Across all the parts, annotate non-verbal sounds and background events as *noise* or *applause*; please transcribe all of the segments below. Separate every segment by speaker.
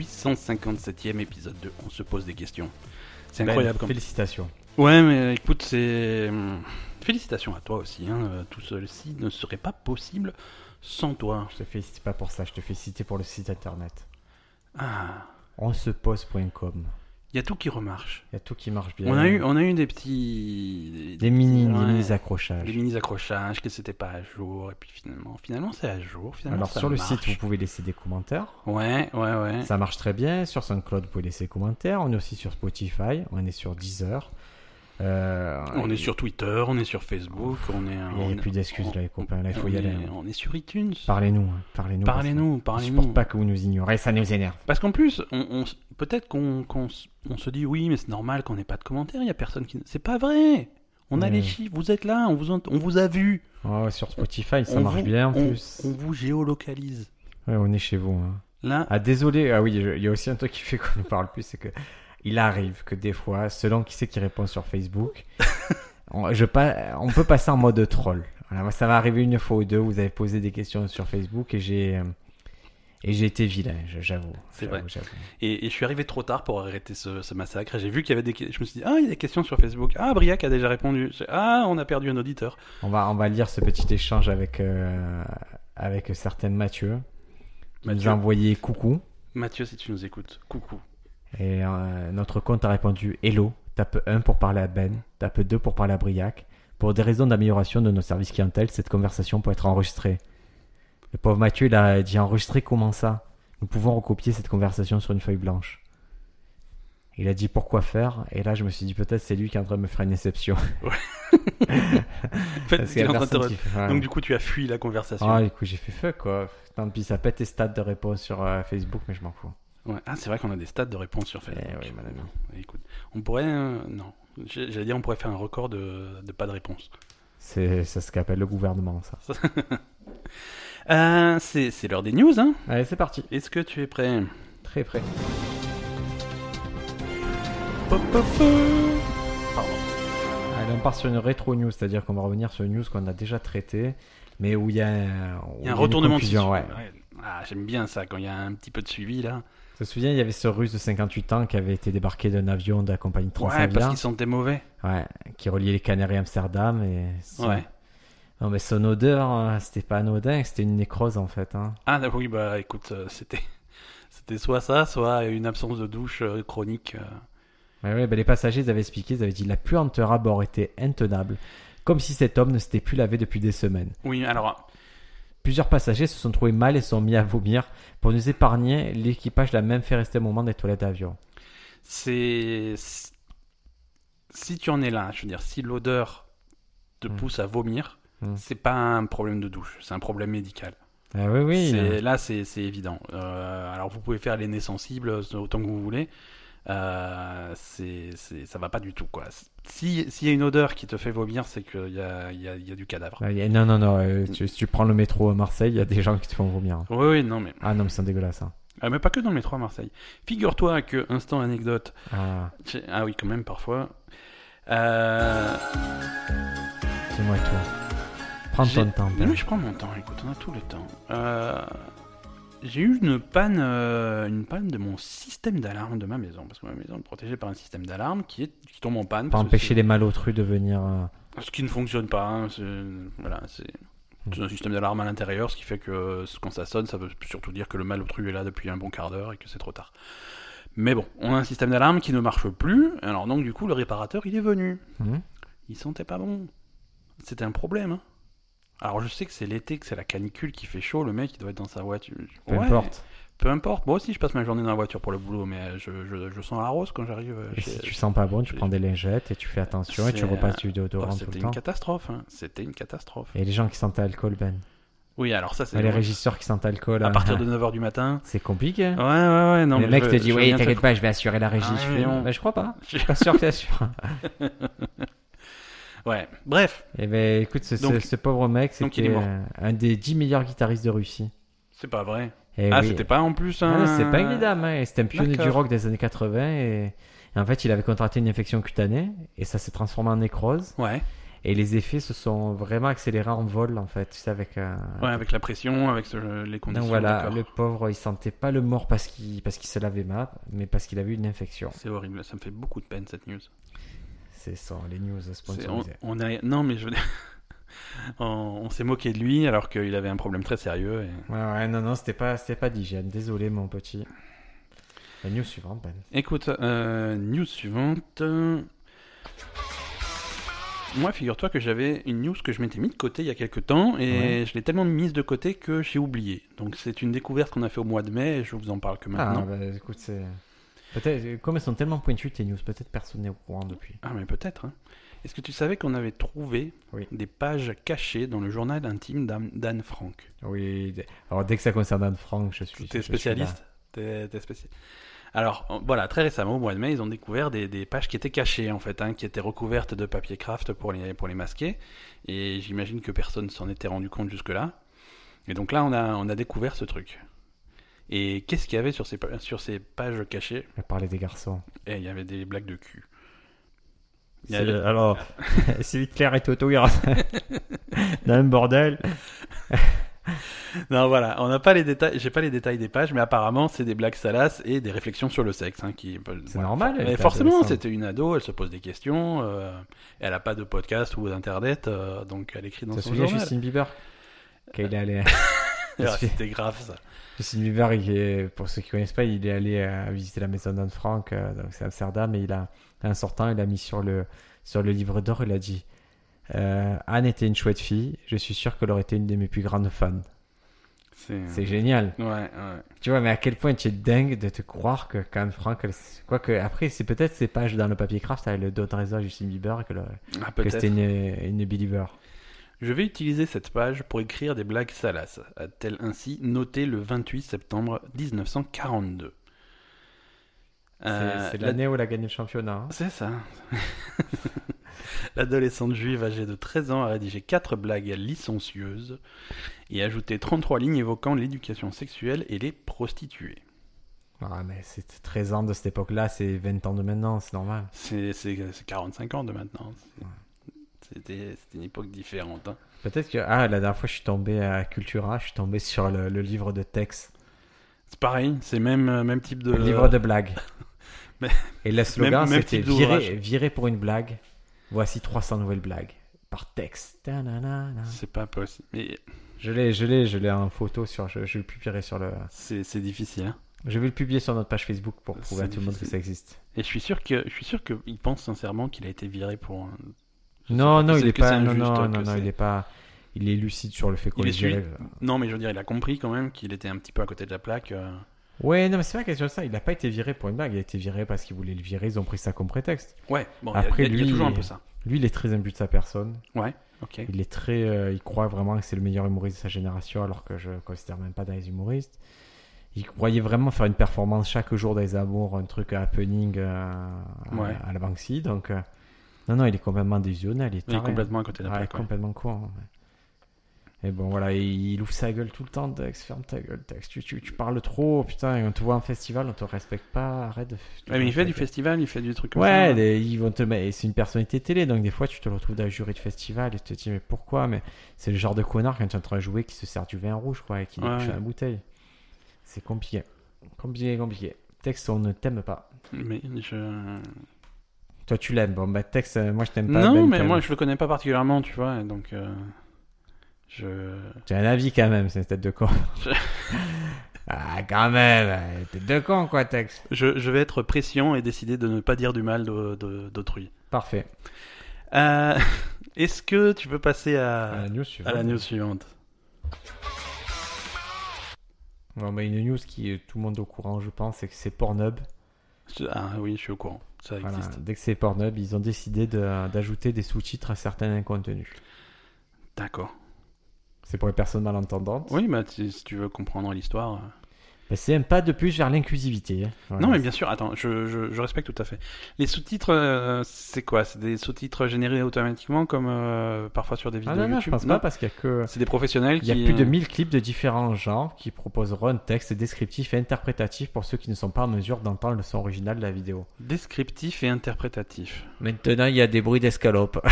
Speaker 1: 157e épisode de On se pose des questions. C'est
Speaker 2: Ben,
Speaker 1: incroyable comme.
Speaker 2: Félicitations.
Speaker 1: Ouais, mais écoute, c'est. hum, Félicitations à toi aussi. hein. Euh, Tout ceci ne serait pas possible sans toi.
Speaker 2: Je te félicite pas pour ça, je te félicite pour le site internet.
Speaker 1: Ah,
Speaker 2: On se pose.com.
Speaker 1: il y a tout qui remarche.
Speaker 2: Il y a tout qui marche bien.
Speaker 1: On a eu, on a eu des petits.
Speaker 2: des mini,
Speaker 1: Ouais.
Speaker 2: mini accrochages.
Speaker 1: Les mini accrochages, que c'était pas à jour, et puis finalement, finalement c'est à jour. Finalement,
Speaker 2: Alors
Speaker 1: ça
Speaker 2: sur le
Speaker 1: marche.
Speaker 2: site, vous pouvez laisser des commentaires.
Speaker 1: Ouais, ouais, ouais.
Speaker 2: Ça marche très bien. Sur SoundCloud, vous pouvez laisser des commentaires. On est aussi sur Spotify. On est sur Deezer. Euh,
Speaker 1: On est sur Twitter, on est sur Facebook, on est.
Speaker 2: Il n'y a plus d'excuses là, les copains. Là, il faut y aller.
Speaker 1: Est,
Speaker 2: hein.
Speaker 1: on est sur iTunes.
Speaker 2: Parlez-nous. hein. Parlez-nous. parce
Speaker 1: Parlez-nous,
Speaker 2: qu'on- On
Speaker 1: parlez-nous.
Speaker 2: supporte pas que vous nous ignorez. Ça nous énerve.
Speaker 1: Parce qu'en plus, on, on s- peut-être qu'on qu'on s- on se dit oui, mais c'est normal qu'on n'ait pas de commentaires, il n'y a personne qui. C'est pas vrai On a
Speaker 2: Ouais.
Speaker 1: les chiffres, vous êtes là, on vous, ent- on vous a vu.
Speaker 2: Oh, sur Spotify, ça
Speaker 1: on
Speaker 2: marche
Speaker 1: vous-
Speaker 2: bien en
Speaker 1: on-
Speaker 2: plus.
Speaker 1: On vous géolocalise.
Speaker 2: Ouais, on est chez vous. hein.
Speaker 1: Là,
Speaker 2: Ah désolé, ah oui, je- il y a aussi un truc qui fait qu'on ne parle plus, c'est que il arrive que des fois, selon qui c'est qui répond sur
Speaker 1: *laughs*
Speaker 2: Facebook, on, je pas, on peut passer en mode troll. Voilà, moi, ça m'est arrivé une fois ou deux, vous avez posé des questions sur Facebook et j'ai euh, et j'ai été vilain, je- j'avoue.
Speaker 1: C'est
Speaker 2: j'avoue,
Speaker 1: vrai.
Speaker 2: j'avoue.
Speaker 1: Et, et je suis arrivé trop tard pour arrêter ce, ce massacre. J'ai vu qu'il y avait des. que- Je me suis dit, ah, il y a des questions sur Facebook. Ah, Briac a déjà répondu. J'ai- Ah, on a perdu un auditeur.
Speaker 2: On va on va lire ce petit échange avec euh, avec un certain Mathieu. qui nous
Speaker 1: Mathieu.
Speaker 2: a envoyé coucou
Speaker 1: Mathieu, si tu nous écoutes, coucou.
Speaker 2: et euh, notre compte a répondu hello. Tape 1 pour parler à Ben, tape 2 pour parler à Briac. Pour des raisons d'amélioration de nos services clientèle, cette conversation peut être enregistrée. Le pauvre Mathieu, il a dit enregistrer comment ça Nous pouvons recopier cette conversation sur une feuille blanche. Il a dit pourquoi faire, et là je me suis dit peut-être c'est lui qui est en train de me faire une
Speaker 1: *laughs*
Speaker 2: exception.
Speaker 1: En fait,
Speaker 2: Parce
Speaker 1: c'est *laughs*
Speaker 2: qu'il y a
Speaker 1: en train de te
Speaker 2: personne
Speaker 1: re-
Speaker 2: qui fait- ouais.
Speaker 1: Donc, du coup, tu as fui la conversation.
Speaker 2: Ah, du coup j'ai fait feu quoi. Tant pis, ça pète les stats de réponse sur euh, Facebook, mais je m'en fous.
Speaker 1: Ouais. Ah, c'est vrai qu'on a des stats de réponse sur Facebook.
Speaker 2: Eh oui, mon ami.
Speaker 1: Bah, Écoute, on pourrait. euh, non. J'ai- J'allais dire, on pourrait faire un record de, de pas de réponse.
Speaker 2: C'est c'est ce qu'appelle le gouvernement ça.
Speaker 1: Euh, c'est c'est l'heure des news, hein.
Speaker 2: Allez, c'est parti.
Speaker 1: Est-ce que tu es prêt
Speaker 2: Très prêt.
Speaker 1: Pop, pop, pop. Pardon.
Speaker 2: Allez, on Ah, part sur une rétro news, c'est-à-dire qu'on va revenir sur une news qu'on a déjà traitée, mais où il y a un, où
Speaker 1: Il y a un retournement
Speaker 2: de situation.
Speaker 1: de situation. Ouais. Ah, j'aime bien ça quand il y a un petit peu de suivi là.
Speaker 2: Tu te souviens, il y avait ce russe de 58 ans qui avait été débarqué d'un avion de la compagnie
Speaker 1: Ouais, parce
Speaker 2: Transavia,
Speaker 1: qu'ils sentait mauvais.
Speaker 2: ouais, qui reliait les Canaries à Amsterdam. Et son...
Speaker 1: Ouais.
Speaker 2: Non, mais son odeur, euh, c'était pas anodin, c'était une nécrose en fait. hein.
Speaker 1: Ah bah oui, bah écoute, euh, c'était *laughs* c'était soit ça, soit une absence de douche euh, chronique. euh.
Speaker 2: Ouais, ouais, bah, les passagers ils avaient expliqué, ils avaient dit la puanteur à bord était intenable, comme si cet homme ne s'était plus lavé depuis des semaines.
Speaker 1: Oui, alors
Speaker 2: Plusieurs passagers se sont trouvés mal et sont mis à vomir. Pour nous épargner, l'équipage l'a même fait rester au moment des toilettes d'avion.
Speaker 1: c'est si tu en es là, je veux dire, si l'odeur te
Speaker 2: Mm.
Speaker 1: pousse à vomir,
Speaker 2: Mm.
Speaker 1: c'est pas un problème de douche, c'est un problème médical.
Speaker 2: Ah oui, oui. il
Speaker 1: C'est-
Speaker 2: a-
Speaker 1: Là, c'est c'est évident. Euh, alors, vous pouvez faire les nez sensibles c'est autant que vous voulez. Euh, c'est- c'est- ça va pas du tout, quoi. Si- S'il y a une odeur qui te fait vomir, c'est qu'il y a, il y a- il y a du cadavre.
Speaker 2: Ah, il y a- Non, non, non. euh, tu, si tu prends le métro à Marseille, il y a des gens qui te font vomir. hein.
Speaker 1: Oui, oui, non, mais,
Speaker 2: Ah non, mais c'est dégueulasse. hein.
Speaker 1: Ah, mais pas que dans le métro à Marseille. Figure-toi que, instant anecdote,
Speaker 2: Ah,
Speaker 1: j'ai- ah oui, quand même, parfois. Euh,
Speaker 2: dis-moi tout. Prends
Speaker 1: j'ai-
Speaker 2: ton temps.
Speaker 1: Non,
Speaker 2: Ben.
Speaker 1: mais je prends mon temps, écoute, on a tout le temps. Euh, J'ai eu une panne, euh, une panne de mon système d'alarme de ma maison, parce que ma maison est protégée par un système d'alarme qui, est- qui tombe en panne.
Speaker 2: Pas
Speaker 1: parce que
Speaker 2: empêcher les malautrus de venir. euh,
Speaker 1: Ce qui ne fonctionne pas. hein, c'est- voilà, c'est
Speaker 2: Hmm.
Speaker 1: c'est un système d'alarme à l'intérieur, ce qui fait que euh, quand ça sonne, ça veut surtout dire que le malotru est là depuis un bon quart d'heure et que c'est trop tard. Mais bon, on a un système d'alarme qui ne marche plus. Alors donc du coup, le réparateur, il est venu.
Speaker 2: Mhm.
Speaker 1: Il sentait pas bon. C'était un problème. hein. Alors je sais que c'est l'été, que c'est la canicule qui fait chaud. Le mec, il doit être dans sa voiture.
Speaker 2: Peu
Speaker 1: Ouais,
Speaker 2: importe.
Speaker 1: Peu importe. Moi aussi, je passe ma journée dans la voiture pour le boulot, mais euh, je, je- je sens la rose quand j'arrive. euh,
Speaker 2: Et
Speaker 1: chez-
Speaker 2: si tu sens pas bon, tu prends des lingettes et tu fais attention et tu
Speaker 1: C'est,
Speaker 2: repasses du
Speaker 1: Oh,
Speaker 2: déodorant tout
Speaker 1: C'était
Speaker 2: le
Speaker 1: une
Speaker 2: temps.
Speaker 1: catastrophe. hein. C'était une catastrophe.
Speaker 2: Et les gens qui sentent l'alcool, Ben.
Speaker 1: Oui, alors ça, c'est.
Speaker 2: Ouais, les
Speaker 1: drôle.
Speaker 2: régisseurs qui sentent l'alcool.
Speaker 1: À
Speaker 2: euh,
Speaker 1: partir de 9h du matin.
Speaker 2: C'est compliqué. hein.
Speaker 1: Ouais, ouais, ouais. Non,
Speaker 2: le mec
Speaker 1: je-
Speaker 2: te dit
Speaker 1: je
Speaker 2: Oui,
Speaker 1: viens de
Speaker 2: t'inquiète
Speaker 1: faire-
Speaker 2: pas, je vais assurer la régie.
Speaker 1: Ah,
Speaker 2: je,
Speaker 1: oui,
Speaker 2: fais,
Speaker 1: non.
Speaker 2: bah, je
Speaker 1: *laughs*
Speaker 2: crois pas. Je suis pas sûr que t'assures.
Speaker 1: Ouais, bref,
Speaker 2: Eh ben écoute, ce, ce-
Speaker 1: Donc-
Speaker 2: ce pauvre mec,
Speaker 1: donc il est
Speaker 2: c'était
Speaker 1: mort.
Speaker 2: euh, un des 10 meilleurs guitaristes de Russie.
Speaker 1: c'est pas vrai.
Speaker 2: Eh
Speaker 1: ah,
Speaker 2: oui.
Speaker 1: c'était pas en plus
Speaker 2: Ah
Speaker 1: un.
Speaker 2: non, c'était pas une dame, hein. c'était un pionnier du
Speaker 1: D'accord.
Speaker 2: rock des années 80 et, et en fait il avait contracté une infection cutanée et ça s'est transformé en nécrose
Speaker 1: Ouais.
Speaker 2: Et les effets se sont vraiment accélérés en vol, en fait, tu sais, avec... euh,
Speaker 1: Ouais, avec la pression, avec ce- les
Speaker 2: Donc
Speaker 1: conditions.
Speaker 2: voilà,
Speaker 1: du
Speaker 2: le
Speaker 1: corps.
Speaker 2: pauvre, il sentait pas le mort parce qu'il parce qu'il se lavait mal, mais parce qu'il avait une infection.
Speaker 1: C'est horrible, ça me fait beaucoup de peine cette news.
Speaker 2: C'est ça, les news
Speaker 1: C'est- On,
Speaker 2: sponsorisées.
Speaker 1: on a- Non, mais je veux dire. *laughs* on on s'est moqué de lui alors qu'il avait un problème très sérieux. et-
Speaker 2: Ouais, ouais, non, non, c'était pas, c'était pas d'hygiène. Désolé, mon petit. La news suivante, Ben.
Speaker 1: Écoute, euh, news suivante. euh, Moi, figure-toi que j'avais une news que je m'étais mis de côté il y a quelques temps et
Speaker 2: Ouais.
Speaker 1: je l'ai tellement mise de côté que j'ai oublié. Donc, c'est une découverte qu'on a fait au mois de mai et je vous en parle que
Speaker 2: Ah,
Speaker 1: maintenant.
Speaker 2: bah, écoute, c'est. Peut-être, comme elles sont tellement pointues, tes news, peut-être personne n'est au courant depuis.
Speaker 1: Ah, mais peut-être. hein. Est-ce que tu savais qu'on avait trouvé
Speaker 2: Oui.
Speaker 1: des pages cachées dans le journal intime d'Anne d'Anne Frank
Speaker 2: Oui, d- alors dès que ça concerne Anne Frank, je suis.
Speaker 1: T'es
Speaker 2: je suis là.
Speaker 1: spécialiste T'es t'es spéci- Alors en- voilà, très récemment, au mois de mai, ils ont découvert des, des pages qui étaient cachées en fait, hein, qui étaient recouvertes de papier craft pour les, pour les masquer. Et j'imagine que personne s'en était rendu compte jusque-là. Et donc là, on a, on a découvert ce truc. Et qu'est-ce qu'il y avait sur ces, pa- sur ces pages cachées
Speaker 2: Elle parlait des garçons.
Speaker 1: Eh, il y avait des blagues de cul. Il y
Speaker 2: C'est-
Speaker 1: avait-
Speaker 2: Alors, *laughs* si Claire et Toto, ils *laughs* rentrent dans un bordel.
Speaker 1: Non, voilà, on n'a pas les détails, j'ai pas les détails des pages, mais apparemment, c'est des blagues salaces et des réflexions sur le sexe. hein, qui,
Speaker 2: C'est normal, elle
Speaker 1: Mais
Speaker 2: était
Speaker 1: forcément,
Speaker 2: adolescente.
Speaker 1: c'était une ado, elle se pose des questions, euh, elle a pas de podcast ou d'internet, euh, donc elle écrit dans
Speaker 2: Ça
Speaker 1: son
Speaker 2: souviens
Speaker 1: journal.
Speaker 2: Justin Bieber Quand il est allé.
Speaker 1: Ah, C'était grave ça.
Speaker 2: Justin Bieber, il est- pour ceux qui connaissent pas, il est allé euh, visiter la maison d'Anne Frank, euh, donc c'est Amsterdam, et il a, en sortant, il a mis sur le, sur le livre d'or, il a dit euh, Anne était une chouette fille, je suis sûr qu'elle aurait été une de mes plus grandes fans.
Speaker 1: C'est.
Speaker 2: C'est génial.
Speaker 1: Ouais, Ah, ouais.
Speaker 2: Tu vois, mais à quel point tu es dingue de te croire que qu'Anne Frank, elle- quoi que, après, c'est peut-être ces pages dans le papier craft, elle le donne raison à Justin Bieber que, le-
Speaker 1: Ah,
Speaker 2: que
Speaker 1: peut-être.
Speaker 2: c'était une, une believer.
Speaker 1: Je vais utiliser cette page pour écrire des blagues salaces, a-t-elle ainsi noté le 28 septembre 1942.
Speaker 2: C'est-
Speaker 1: Euh,
Speaker 2: c'est
Speaker 1: la-
Speaker 2: l'année où elle a gagné le championnat. hein.
Speaker 1: C'est ça. *laughs* L'adolescente juive âgée de 13 ans a rédigé quatre blagues licencieuses et a ajouté 33 lignes évoquant l'éducation sexuelle et les prostituées.
Speaker 2: Ah, mais c'était 13 ans de cette époque-là, c'est 20 ans de maintenant, c'est normal.
Speaker 1: C'est c'est- c'est 45 ans de maintenant. C'est- C'était c'était une époque différente. hein.
Speaker 2: Peut-être que ah la dernière fois je suis tombé à Cultura, je suis tombé sur le, le livre de texte,
Speaker 1: C'est pareil, c'est même, euh, même type de...
Speaker 2: le livre de blagues.
Speaker 1: *laughs* mais-
Speaker 2: Et le slogan
Speaker 1: même
Speaker 2: c'était
Speaker 1: type d'ouvrage.
Speaker 2: virer, virer pour une blague. Voici 300 nouvelles blagues par texte. Ta-na-na-na.
Speaker 1: C'est pas possible. Mais
Speaker 2: Je l'ai, je l'ai, je l'ai en photo sur, je, je le publierai sur le,
Speaker 1: c'est c'est difficile. hein.
Speaker 2: je vais le publier sur notre page Facebook pour prouver à
Speaker 1: C'est
Speaker 2: tout le monde que
Speaker 1: difficile.
Speaker 2: ça existe.
Speaker 1: Et je suis sûr que je suis sûr qu'il pense sincèrement qu'il a été viré pour... un-
Speaker 2: Non, non,
Speaker 1: que
Speaker 2: il
Speaker 1: c'est-
Speaker 2: est
Speaker 1: que c'est
Speaker 2: pas, non,
Speaker 1: injuste, hein,
Speaker 2: non,
Speaker 1: que
Speaker 2: non, non,
Speaker 1: c'est-
Speaker 2: il est pas, il est lucide sur le fait qu'on
Speaker 1: Il
Speaker 2: le
Speaker 1: est suivi.
Speaker 2: dirait.
Speaker 1: Non, mais je veux dire, il a compris quand même qu'il était un petit peu à côté de la plaque. euh.
Speaker 2: Ouais, non, mais c'est pas la question de ça. Il n'a pas été viré pour une blague. Il a été viré parce qu'ils voulaient le virer. Ils ont pris ça comme prétexte.
Speaker 1: Ouais, bon, il y a-
Speaker 2: Après,
Speaker 1: il y, a- il y a
Speaker 2: lui,
Speaker 1: toujours un
Speaker 2: il-
Speaker 1: peu ça.
Speaker 2: Lui, il est très imbu de sa personne.
Speaker 1: Ouais, ok.
Speaker 2: Il est très, euh, il croit vraiment que c'est le meilleur humoriste de sa génération, alors que je le considère même pas dans les humoristes. Il croyait vraiment faire une performance chaque jour des amours, un truc happening euh, à,
Speaker 1: Ouais.
Speaker 2: à la Banksy. Donc, euh, non, non, il est complètement désillusionné, il est,
Speaker 1: Il est
Speaker 2: taré.
Speaker 1: complètement à côté de la
Speaker 2: Ouais,
Speaker 1: plaque. ouais.
Speaker 2: complètement con. hein, ouais. Et bon, voilà, il, il ouvre sa gueule tout le temps, Dex, ferme ta gueule, Dex, tu, tu, tu parles trop, putain, et on te voit en festival, on te respecte pas, arrête de.
Speaker 1: Ouais, mais il fait du
Speaker 2: festival
Speaker 1: festival, il fait du truc comme
Speaker 2: ouais,
Speaker 1: ça. hein.
Speaker 2: les- ils vont te mettre. et C'est une personnalité télé, donc des fois tu te retrouves dans le jury de festival et tu te dis mais pourquoi Mais c'est le genre de connard quand tu es en train de jouer qui se sert du vin rouge quoi et qui
Speaker 1: Ouais.
Speaker 2: dépêche la bouteille. C'est compliqué, compliqué, compliqué. Texte, on ne t'aime pas.
Speaker 1: Mais je...
Speaker 2: Toi tu l'aimes, bon bah texte, euh, moi je t'aime pas.
Speaker 1: Non,
Speaker 2: Ben,
Speaker 1: mais
Speaker 2: t'aimes.
Speaker 1: moi je le connais pas particulièrement, tu vois, et donc euh, je.
Speaker 2: j'ai un avis quand même, c'est une tête
Speaker 1: *laughs*
Speaker 2: de con.
Speaker 1: Je-
Speaker 2: ah quand même, euh, tête de con quoi texte.
Speaker 1: je je vais être pression et décider de ne pas dire du mal de- de- d'autrui.
Speaker 2: Parfait.
Speaker 1: Euh, *laughs* Est-ce que tu peux passer à,
Speaker 2: la news suivante.
Speaker 1: à la news suivante
Speaker 2: Bon, bah, une news qui est tout le monde au courant, je pense, c'est que c'est Pornhub.
Speaker 1: Je- Ah oui, je suis au courant, ça
Speaker 2: Voilà,
Speaker 1: existe.
Speaker 2: dès que c'est Pornhub, ils ont décidé de- d'ajouter des sous-titres à certains contenus.
Speaker 1: D'accord.
Speaker 2: C'est pour les personnes malentendantes.
Speaker 1: Oui, bah, si si tu veux comprendre l'histoire. euh,
Speaker 2: Ben, c'est un pas de plus vers l'inclusivité. hein. Voilà.
Speaker 1: Non, mais bien sûr, attends, je, je, je respecte tout à fait. Les sous-titres, euh, c'est quoi C'est des sous-titres générés automatiquement, comme euh, parfois sur des
Speaker 2: Ah
Speaker 1: vidéos
Speaker 2: non, non, je
Speaker 1: YouTube
Speaker 2: pense pas parce qu'il y a que.
Speaker 1: C'est des professionnels
Speaker 2: Il y a
Speaker 1: qui.
Speaker 2: plus de
Speaker 1: euh,
Speaker 2: 1000 clips de différents genres qui proposeront un texte descriptif et interprétatif pour ceux qui ne sont pas en mesure d'entendre le son original de la vidéo.
Speaker 1: Descriptif et interprétatif.
Speaker 2: Maintenant, il y a des bruits d'escalope. *laughs*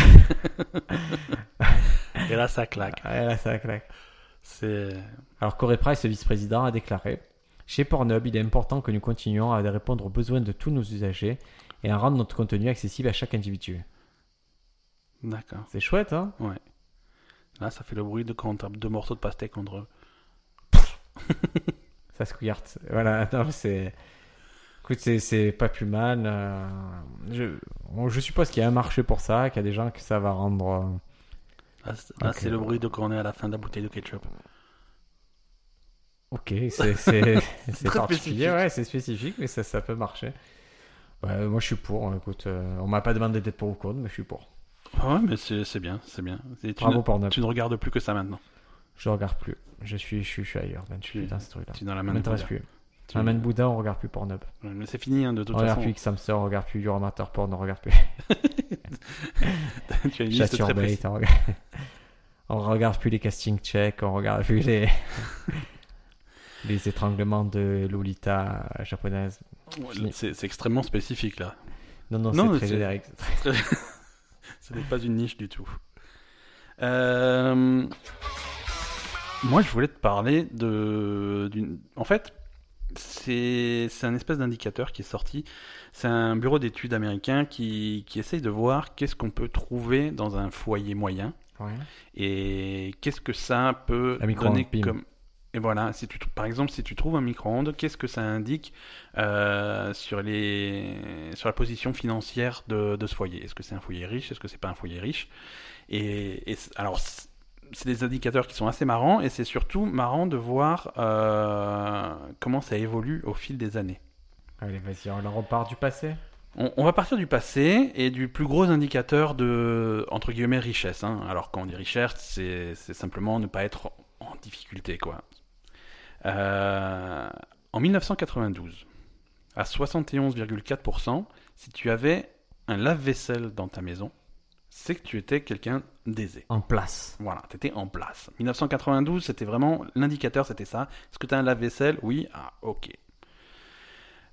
Speaker 1: Et là, ça claque.
Speaker 2: Ah, là, ça claque.
Speaker 1: Ah, C'est.
Speaker 2: Alors Corey Price, vice-président, a déclaré Chez Pornhub, il est important que nous continuions à répondre aux besoins de tous nos usagers et à rendre notre contenu accessible à chaque individu.
Speaker 1: D'accord.
Speaker 2: C'est chouette, hein
Speaker 1: Là, ça fait le bruit de quand on tape deux morceaux de pastèque contre eux.
Speaker 2: Ça se couillarde. Voilà, *laughs* non, mais c'est. Écoute, c'est- c'est pas plus mal. euh, Je, bon, je suppose qu'il y a un marché pour ça, qu'il y a des gens que ça va rendre. euh,
Speaker 1: Là, c'est là,
Speaker 2: Ok.
Speaker 1: c'est le bruit de quand on est à la fin de la bouteille de ketchup.
Speaker 2: Ok,
Speaker 1: *laughs*
Speaker 2: c'est c'est- c'est
Speaker 1: Très
Speaker 2: particulier,
Speaker 1: spécifique.
Speaker 2: ouais, c'est spécifique, mais ça, ça peut marcher. Ouais, moi, je suis pour. hein, Écoute, euh, on m'a pas demandé d'être pour ou contre, mais je suis pour.
Speaker 1: Ah ouais, mais c'est c'est bien, c'est bien. Et Tu,
Speaker 2: Bravo,
Speaker 1: ne,
Speaker 2: Pornhub.
Speaker 1: tu ne regardes plus que ça maintenant.
Speaker 2: Je regarde plus. Je suis, je suis, je suis ailleurs. man. Je suis
Speaker 1: Tu-
Speaker 2: dans ce truc-là.
Speaker 1: Tu es dans la
Speaker 2: Ça
Speaker 1: main de
Speaker 2: m'intéresse
Speaker 1: Bouddha.
Speaker 2: plus.
Speaker 1: Tu-
Speaker 2: Un man Bouddha, on regarde plus Pornhub.
Speaker 1: Mais c'est fini, hein, de toute
Speaker 2: on regarde
Speaker 1: façon.
Speaker 2: plus Xamster, on regarde plus Euromater Porn, on regarde plus
Speaker 1: *laughs* tu as une liste très précise.
Speaker 2: Chaturbate, on regarde... *laughs* on regarde plus les casting checks, on regarde plus les... *laughs* les étranglements de Lolita euh, japonaise.
Speaker 1: Ouais, C'est c'est extrêmement spécifique, là.
Speaker 2: Non, non,
Speaker 1: Non,
Speaker 2: c'est très *laughs*
Speaker 1: c'est-
Speaker 2: générique.
Speaker 1: *laughs* Ce n'est pas une niche du tout. Euh, Moi, je voulais te parler de. d'une- En fait, c'est c'est un espèce d'indicateur qui est sorti. C'est un bureau d'études américain qui, qui essaye de voir qu'est-ce qu'on peut trouver dans un foyer moyen
Speaker 2: Ouais.
Speaker 1: et qu'est-ce que ça peut
Speaker 2: Un micro-ondes,
Speaker 1: donner
Speaker 2: bim.
Speaker 1: comme. Et voilà, si tu, trou- par exemple, si tu trouves un micro-ondes, qu'est-ce que ça indique euh, sur, les, sur la position financière de, de ce foyer Est-ce que c'est un foyer riche Est-ce que c'est pas un foyer riche Et, et c- alors, c- c'est des indicateurs qui sont assez marrants, et c'est surtout marrant de voir euh, comment ça évolue au fil des années.
Speaker 2: Allez, vas-y, on leur repart du passé.
Speaker 1: On, on va partir du passé et du plus gros indicateur de entre guillemets richesse. hein. Alors quand on dit richesse, c'est c'est simplement ne pas être en difficulté, quoi. Euh, en 1992, à 71,4%, si tu avais un lave-vaisselle dans ta maison, c'est que tu étais quelqu'un d'aisé.
Speaker 2: En place.
Speaker 1: Voilà, t'étais en place. 1992, c'était vraiment l'indicateur, c'était ça. Est-ce que t'as un lave-vaisselle Oui. Ah, ok.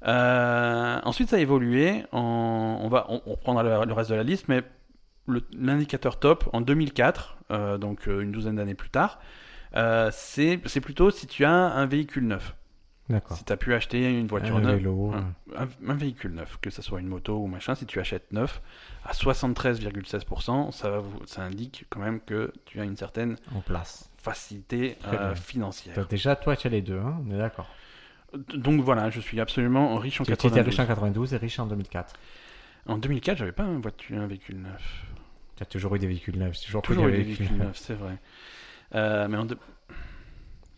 Speaker 1: Euh, ensuite, ça a évolué. En- on va, on, on reprendra le, le reste de la liste, mais le- l'indicateur top en 2004, euh, donc euh, une douzaine d'années plus tard, euh, c'est c'est plutôt si tu as un véhicule neuf,
Speaker 2: D'accord.
Speaker 1: si tu as pu acheter une voiture
Speaker 2: Un
Speaker 1: neuve Hein.
Speaker 2: vélo.
Speaker 1: un, un- un véhicule neuf, que ce soit une moto ou machin, si tu achètes neuf, à 73,16%, ça, va vous- ça indique quand même que tu as une certaine
Speaker 2: euh, En place.
Speaker 1: facilité
Speaker 2: Très
Speaker 1: euh,
Speaker 2: bien.
Speaker 1: financière.
Speaker 2: Donc, déjà, toi, tu as les deux, hein on est d'accord.
Speaker 1: Donc voilà, je suis absolument riche en
Speaker 2: Tu étais
Speaker 1: 92.
Speaker 2: riche en 92 et riche en 2004.
Speaker 1: En 2004, j'avais pas un, voiture, un véhicule neuf.
Speaker 2: Tu as toujours eu des véhicules neufs. j'ai Toujours,
Speaker 1: Toujours
Speaker 2: eu
Speaker 1: eu des véhicules neufs, c'est vrai. Euh, mais en deux-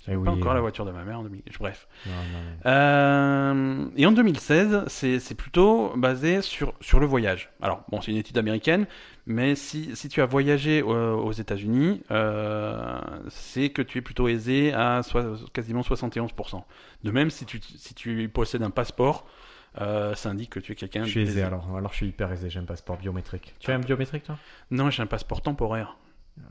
Speaker 2: Eh oui.
Speaker 1: pas encore la voiture de ma mère en 2000. Bref.
Speaker 2: Non, non, non.
Speaker 1: Euh, et en 2016, c'est c'est plutôt basé sur, sur le voyage. Alors, bon, c'est une étude américaine, mais si, si tu as voyagé euh, aux États-Unis, euh, c'est que tu es plutôt aisé à soi- quasiment 71%. De même, si tu, si tu possèdes un passeport, euh, ça indique que tu es quelqu'un.
Speaker 2: Je suis aisé
Speaker 1: d'aisé.
Speaker 2: alors. Alors je suis hyper aisé, j'ai un passeport biométrique. Tu as
Speaker 1: Ah.
Speaker 2: un biométrique toi
Speaker 1: Non, j'ai un passeport temporaire.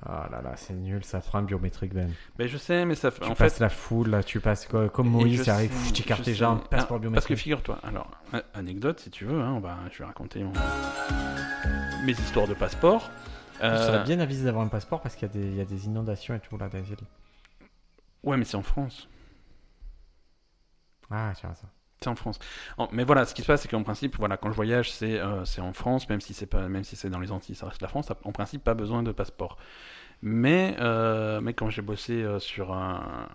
Speaker 2: Ah là là, c'est nul, ça prend un biométrique Ben.
Speaker 1: Mais je sais, mais ça fait.
Speaker 2: Tu
Speaker 1: Bah, En fait,
Speaker 2: passes la foule là, tu passes quoi, comme
Speaker 1: Et
Speaker 2: Moïse,
Speaker 1: je
Speaker 2: tu arrives,
Speaker 1: sais,
Speaker 2: pff, tu écartes
Speaker 1: je
Speaker 2: tes
Speaker 1: sais.
Speaker 2: jambes,
Speaker 1: Ah,
Speaker 2: passeport
Speaker 1: Parce que
Speaker 2: biométrique.
Speaker 1: figure-toi, alors, a- anecdote si tu veux, hein, on va, je vais raconter mon- mes histoires de passeport.
Speaker 2: Je
Speaker 1: Euh,
Speaker 2: serais bien avisé d'avoir un passeport parce qu'il y, a des- il y a des inondations et tout là dans les îles.
Speaker 1: Ouais, mais c'est en France.
Speaker 2: Ah, tiens, ça.
Speaker 1: C'est en France. En- mais voilà, ce qui se passe, c'est qu'en principe, voilà, quand je voyage, c'est euh, c'est en France, même si c'est pas, même si c'est dans les Antilles, ça reste la France. En principe, pas besoin de passeport. Mais, euh, mais quand j'ai bossé euh, sur, un-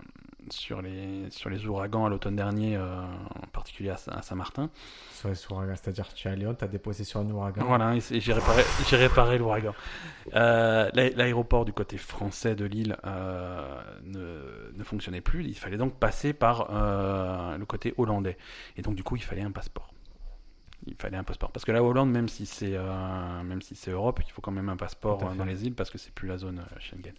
Speaker 1: sur, les, sur les ouragans à l'automne dernier, euh, en particulier à, Sa- à Saint-Martin,
Speaker 2: Sur les ouragans, c'est-à-dire tu es à Lyon, t'as déposé sur un ouragan.
Speaker 1: Voilà, et c'est- j'ai réparé, j'ai réparé l'ouragan. Euh, l'a- L'aéroport du côté français de l'île euh, ne, ne fonctionnait plus. Il fallait donc passer par euh, le côté hollandais. Et donc, du coup, il fallait un passeport. il fallait un passeport. Parce que la Hollande, même si c'est euh, même si c'est Europe, il faut quand même un passeport
Speaker 2: Tout à
Speaker 1: euh,
Speaker 2: fait.
Speaker 1: dans les îles parce que c'est plus la zone euh, Schengen.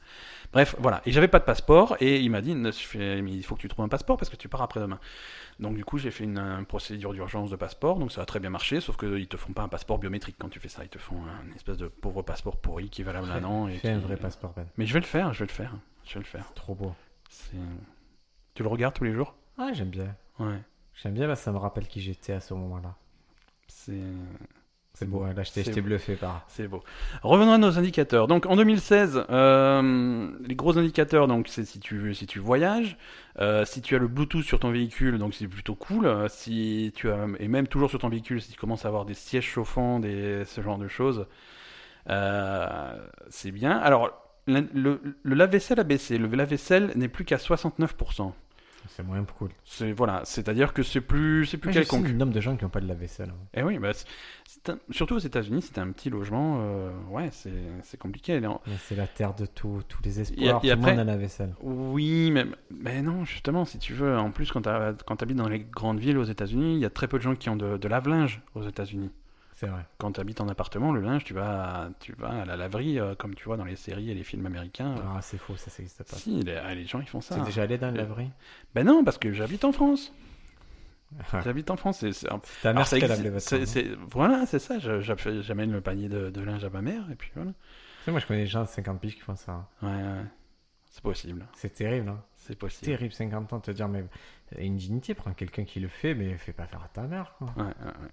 Speaker 1: Bref, voilà. Et j'avais pas de passeport et il m'a dit ne- je fais- mais il faut que tu trouves un passeport parce que tu pars après-demain. Donc du coup, j'ai fait une, euh, procédure d'urgence de passeport, donc ça a très bien marché, sauf qu'ils te font pas un passeport biométrique quand tu fais ça, ils te font un espèce de pauvre passeport pourri qui est valable
Speaker 2: Fais-
Speaker 1: un an. Et
Speaker 2: Fais un
Speaker 1: qui-
Speaker 2: vrai passeport, Ben.
Speaker 1: Mais je vais le faire, je vais le faire, je vais le faire.
Speaker 2: Trop beau.
Speaker 1: C'est- Tu le regardes tous les jours
Speaker 2: Ah, j'aime bien.
Speaker 1: Ouais.
Speaker 2: J'aime bien parce que ça me rappelle qui j'étais à ce moment-là.
Speaker 1: C'est
Speaker 2: C'est beau, hein, là, je t'ai
Speaker 1: C'est
Speaker 2: je t'ai
Speaker 1: beau.
Speaker 2: bluffé par.
Speaker 1: c'est beau. Revenons à nos indicateurs. Donc en 2016, euh, les gros indicateurs, donc c'est si tu si tu voyages, euh, si tu as le Bluetooth sur ton véhicule, donc c'est plutôt cool. Euh, Si tu as et même toujours sur ton véhicule, si tu commences à avoir des sièges chauffants, des ce genre de choses, euh, c'est bien. Alors la- le, le lave-vaisselle a baissé. Le lave-vaisselle n'est plus qu'à 69%.
Speaker 2: C'est moins cool.
Speaker 1: C'est voilà, c'est-à-dire que c'est plus c'est plus
Speaker 2: Ouais, J'ai aussi
Speaker 1: quelconque.
Speaker 2: un nombre de gens qui n'ont pas de lave-vaisselle. hein.
Speaker 1: Eh oui, bah, c'est- c'est un- surtout aux États-Unis, c'était un petit logement. euh, ouais, c'est c'est compliqué. Non.
Speaker 2: Mais C'est la terre de tout, tous
Speaker 1: Et-
Speaker 2: les
Speaker 1: et
Speaker 2: espoirs. tout le
Speaker 1: après-
Speaker 2: monde a la vaisselle.
Speaker 1: Oui, mais, mais non, justement, si tu veux. En plus, quand tu habites dans les grandes villes aux États-Unis, il y a très peu de gens qui ont de, de lave-linge aux États-Unis.
Speaker 2: C'est vrai.
Speaker 1: Quand tu habites en appartement, le linge, tu vas, tu vas à la laverie, euh, comme tu vois dans les séries et les films américains.
Speaker 2: Ah, c'est faux, ça n'existe pas.
Speaker 1: Si, les, ah, les gens, ils font ça.
Speaker 2: T'es déjà allé dans le
Speaker 1: Euh,
Speaker 2: laverie
Speaker 1: Ben non, parce que j'habite en France.
Speaker 2: Ah.
Speaker 1: J'habite en France. c'est- c'est-
Speaker 2: C'est ta
Speaker 1: alors,
Speaker 2: mère
Speaker 1: ça
Speaker 2: qui lave
Speaker 1: existe-
Speaker 2: les
Speaker 1: c'est-
Speaker 2: vêtements.
Speaker 1: c'est- Voilà, c'est ça. je- j'ap- J'amène le panier de, de linge à ma mère, et puis voilà.
Speaker 2: Tu sais, Moi, je connais des gens de 50 piges qui font ça. hein.
Speaker 1: Ouais, ouais. C'est possible.
Speaker 2: C'est terrible, hein.
Speaker 1: C'est possible.
Speaker 2: Terrible, 50 ans, de te dire, mais une dignité, prends quelqu'un qui le fait, mais fais pas faire à ta mère. quoi.
Speaker 1: Ouais, ouais, ouais.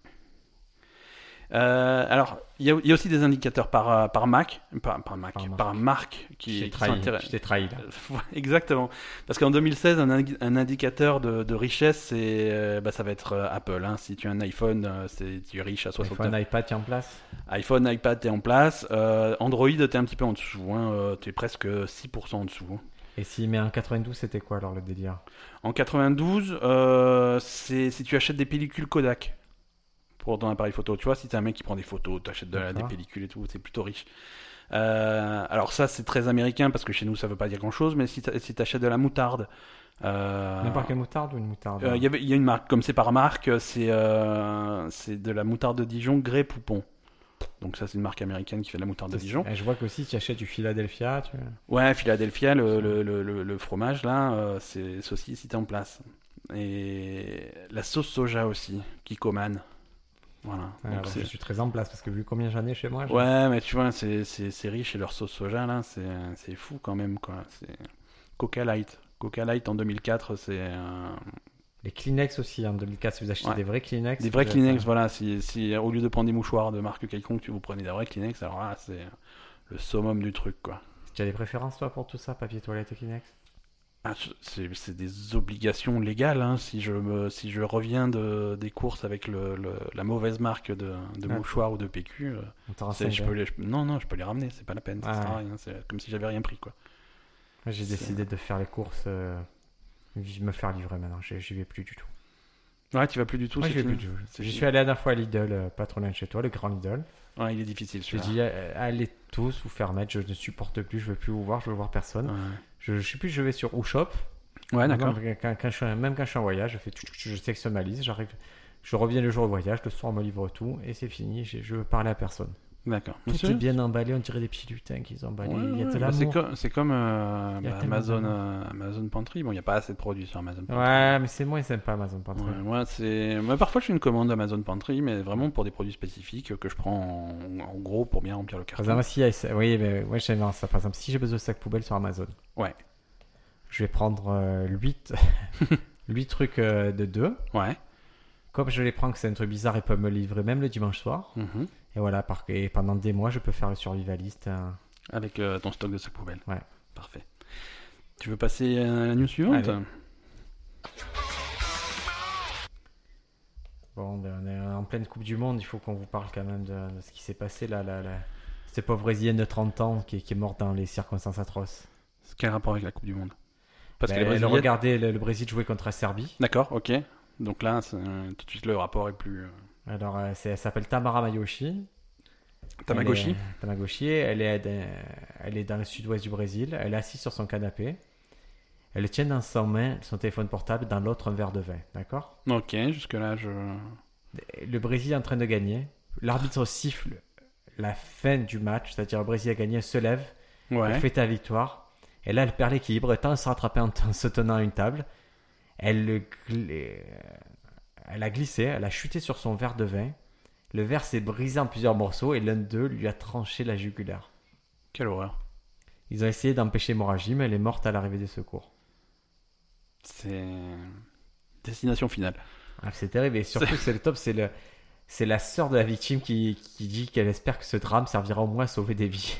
Speaker 1: Euh, alors, il y, a- il y a aussi des indicateurs par, euh, par Mac, par, par Mac,
Speaker 2: Par marque.
Speaker 1: par, marque
Speaker 2: Je
Speaker 1: qui,
Speaker 2: t'ai
Speaker 1: qui sont
Speaker 2: trahi,
Speaker 1: intéress-
Speaker 2: je t'ai trahi là.
Speaker 1: *laughs* Ouais, Exactement. Parce qu'en 2016, un, indi- un indicateur de, de richesse, c'est, euh, bah, ça va être euh, Apple. hein. Si tu as un iPhone, euh, c'est, tu es riche à
Speaker 2: Il
Speaker 1: 60
Speaker 2: faut un iPad qui est en place.
Speaker 1: iPhone, iPad, t'es en place. Euh, Android, t'es un petit peu en dessous. Hein. Euh, t'es presque 6% en dessous.
Speaker 2: Et s'il met en 92, c'était quoi alors le délire
Speaker 1: En 92, euh, c'est si tu achètes des pellicules Kodak pour ton appareil photo. Tu vois, si t'es un mec qui prend des photos, t'achètes de la- des
Speaker 2: D'accord.
Speaker 1: pellicules et tout, c'est plutôt riche. Euh, alors ça, c'est très américain parce que chez nous, ça veut pas dire grand-chose. Mais si t'a- si t'achètes de la moutarde, euh,
Speaker 2: N'importe quelle moutarde ou une moutarde
Speaker 1: euh, il y avait- il y a une marque, comme c'est par marque, c'est euh, c'est de la moutarde de Dijon Grey Poupon. Donc ça, c'est une marque américaine qui fait de la moutarde de Dijon.
Speaker 2: Eh, Je vois qu'aussi tu achètes du Philadelphia. Tu...
Speaker 1: Ouais, Philadelphia, le, le, le, le- le fromage, là, euh, c'est saucisse, c'était en place. Et la sauce soja aussi, Kikoman. Voilà.
Speaker 2: Ah,
Speaker 1: Donc
Speaker 2: alors,
Speaker 1: c'est-
Speaker 2: je suis très en place parce que vu combien j'en ai chez moi, je-
Speaker 1: Ouais, mais tu vois, c'est- c'est c'est riche et leur sauce soja, là, c'est c'est fou quand même, quoi. C'est Coca Light. Coca Light en 2004, c'est euh,
Speaker 2: les Kleenex aussi en 2004. Si vous achetez
Speaker 1: Ouais.
Speaker 2: des vrais Kleenex,
Speaker 1: des vrais
Speaker 2: vous êtes,
Speaker 1: Kleenex,
Speaker 2: euh,
Speaker 1: voilà. Si, si au lieu de prendre des mouchoirs de marque quelconque, tu vous prenez des vrais Kleenex, alors là, c'est le summum du truc, quoi.
Speaker 2: Tu as des préférences toi pour tout ça, papier toilette et Kleenex
Speaker 1: Ah, je- c'est c'est des obligations légales. hein. Si je me, si je reviens de, des courses avec le, le- la mauvaise marque de, de
Speaker 2: Ouais.
Speaker 1: mouchoir ou de PQ, euh,
Speaker 2: On te
Speaker 1: c'est-
Speaker 2: renseigne.
Speaker 1: je peux les, je peux- non, non, je peux les ramener. C'est pas la peine. ça
Speaker 2: Ah
Speaker 1: sert à
Speaker 2: ouais.
Speaker 1: rien, C'est comme si j'avais rien pris, quoi.
Speaker 2: Moi, J'ai décidé de faire les courses, euh, me faire livrer maintenant. J'y j'y vais plus du tout.
Speaker 1: Ouais, tu vas plus du tout.
Speaker 2: Moi,
Speaker 1: c'est
Speaker 2: j'y vais
Speaker 1: fini.
Speaker 2: plus du tout.
Speaker 1: C'est
Speaker 2: Je
Speaker 1: fini.
Speaker 2: suis allé la dernière fois à Lidl, euh, pas trop loin de chez toi, le grand Lidl.
Speaker 1: Ouais, il est difficile.
Speaker 2: J'ai
Speaker 1: Celui-là.
Speaker 2: dit, euh, allez tous vous faire mettre, je ne supporte plus, je veux plus vous voir, je veux voir personne.
Speaker 1: Ouais,
Speaker 2: Je, je sais plus, je vais sur Ushop.
Speaker 1: Ouais, d'accord.
Speaker 2: Quand- quand- quand je suis- même quand je suis en voyage, je fais, tchou, tchou, tchou, je sélectionne ma liste, j'arrive, je reviens le jour au voyage, le soir on me livre tout et c'est fini. j'ai- Je veux parler à personne.
Speaker 1: D'accord.
Speaker 2: Tout
Speaker 1: Monsieur
Speaker 2: est bien emballé, on dirait des petits lutins qu'ils ont emballés.
Speaker 1: Ouais,
Speaker 2: il y a
Speaker 1: ouais,
Speaker 2: de
Speaker 1: bah, c'est
Speaker 2: l'amour.
Speaker 1: comme, c'est comme euh,
Speaker 2: Il y a
Speaker 1: bah,
Speaker 2: tellement
Speaker 1: Amazon,
Speaker 2: d'amour.
Speaker 1: euh, Amazon Pantry. Bon, il n'y a pas assez de produits sur Amazon Pantry.
Speaker 2: Ouais, mais c'est moins sympa Amazon Pantry.
Speaker 1: Ouais, moi, c'est... moi, parfois, je fais une commande Amazon Pantry, mais vraiment pour des produits spécifiques que je prends en, en gros pour bien remplir le
Speaker 2: Par
Speaker 1: carton.
Speaker 2: exemple, si, euh, oui, mais ouais, j'aime bien ça. Par exemple, si j'ai besoin de sac poubelle sur Amazon,
Speaker 1: Ouais.
Speaker 2: je vais prendre
Speaker 1: *laughs*
Speaker 2: 8, trucs euh, de 2.
Speaker 1: Ouais.
Speaker 2: Comme je les prends, que c'est un truc bizarre, ils peuvent me livrer même le dimanche soir.
Speaker 1: Mhm.
Speaker 2: Et voilà, par- et pendant des mois, je peux faire le survivaliste. hein.
Speaker 1: Avec euh, ton stock de sacs poubelles.
Speaker 2: Ouais.
Speaker 1: Parfait. Tu veux passer à la news suivante
Speaker 2: Allez. Bon, ben, on est en pleine Coupe du Monde, il faut qu'on vous parle quand même de, de ce qui s'est passé là. là, là. Cette pauvre Brésilienne de 30 ans qui, qui est morte dans les circonstances atroces.
Speaker 1: Quel rapport avec la Coupe du Monde Parce
Speaker 2: Ben,
Speaker 1: que les
Speaker 2: elle
Speaker 1: Brésiliens-
Speaker 2: regardait le, le Brésil jouer contre la Serbie.
Speaker 1: D'accord, ok. Donc là, c'est, euh, tout de suite, le rapport est plus. euh,
Speaker 2: Alors, euh, c'est- elle s'appelle Tamara Mayoshi.
Speaker 1: Tamagotchi
Speaker 2: Elle est- Tamagotchi, elle est, dans- elle est dans le sud-ouest du Brésil, elle est assise sur son canapé. Elle tient dans sa main son téléphone portable, dans l'autre un verre de vin, d'accord
Speaker 1: Ok, jusque-là, je.
Speaker 2: Le Brésil est en train de gagner. L'arbitre siffle la fin du match, c'est-à-dire le Brésil a gagné, se lève,
Speaker 1: Ouais.
Speaker 2: elle fait ta victoire. Et là, elle perd l'équilibre, elle tente à se rattraper en, t- en se tenant à une table. Elle, le gl- euh, elle a glissé, elle a chuté sur son verre de vin. Le verre s'est brisé en plusieurs morceaux et l'un d'eux lui a tranché la jugulaire.
Speaker 1: Quelle horreur.
Speaker 2: Ils ont essayé d'empêcher l'hémorragie, mais elle est morte à l'arrivée des secours.
Speaker 1: C'est. Destination finale.
Speaker 2: Ah, c'est terrible. Et surtout, c'est le top, c'est le. C'est la sœur de la victime qui, qui dit qu'elle espère que ce drame servira au moins à sauver des vies.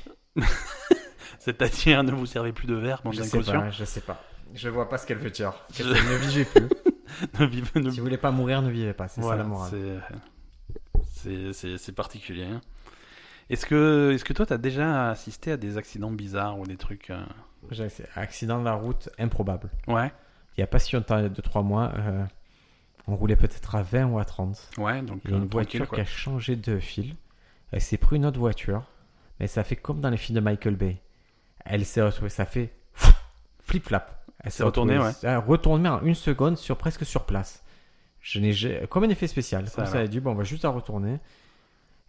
Speaker 1: C'est-à-dire, ne vous servez plus de verre, bande
Speaker 2: je sais
Speaker 1: d'inconscients.
Speaker 2: pas, je sais pas. Je vois pas ce qu'elle veut dire.
Speaker 1: Je-
Speaker 2: Ne vivez plus.
Speaker 1: *laughs* Ne vivez- ne-
Speaker 2: si vous voulez pas mourir, ne vivez pas. C'est
Speaker 1: Voilà,
Speaker 2: ça la morale.
Speaker 1: c'est- c'est- C'est c'est particulier. hein. Est-ce que, est que toi, t'as déjà assisté à des accidents bizarres ou des trucs. euh,
Speaker 2: J'ai accès- Accident de la route improbable.
Speaker 1: Ouais,
Speaker 2: Il n'y a pas si longtemps, il y a 2-3 mois, euh, on roulait peut-être à 20 ou à 30.
Speaker 1: ouais, donc.
Speaker 2: Il y a
Speaker 1: euh,
Speaker 2: une
Speaker 1: tranquille,
Speaker 2: voiture
Speaker 1: quoi.
Speaker 2: qui a changé de fil. Elle s'est pris une autre voiture, mais ça fait comme dans les films de Michael Bay. Elle s'est retrouvée, ça fait *laughs* flip-flap. Elle
Speaker 1: s'est retournée,
Speaker 2: retrouvée- Elle a retourné en une seconde, sur, presque sur place. Je n'ai ja- comme un effet spécial.
Speaker 1: Ça
Speaker 2: Comme ça,
Speaker 1: alors.
Speaker 2: elle a dit, bon, on va juste la retourner.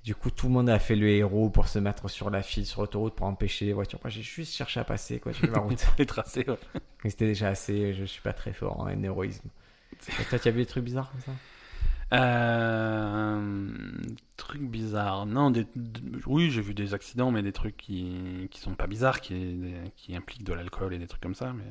Speaker 2: Du coup, tout le monde a fait le héros pour se mettre sur la file, sur l'autoroute, pour empêcher les voitures. Moi, j'ai juste cherché à passer,
Speaker 1: *laughs*
Speaker 2: quoi, sur la route.
Speaker 1: Les tracés, ouais.
Speaker 2: Mais c'était déjà assez, je suis pas très fort en héroïsme. Et toi, tu as vu des trucs bizarres comme ça
Speaker 1: Euh, truc bizarre. Non, des- d- oui, j'ai vu des accidents, mais des trucs qui, qui sont pas bizarres, qui, qui impliquent de l'alcool et des trucs comme ça. Mais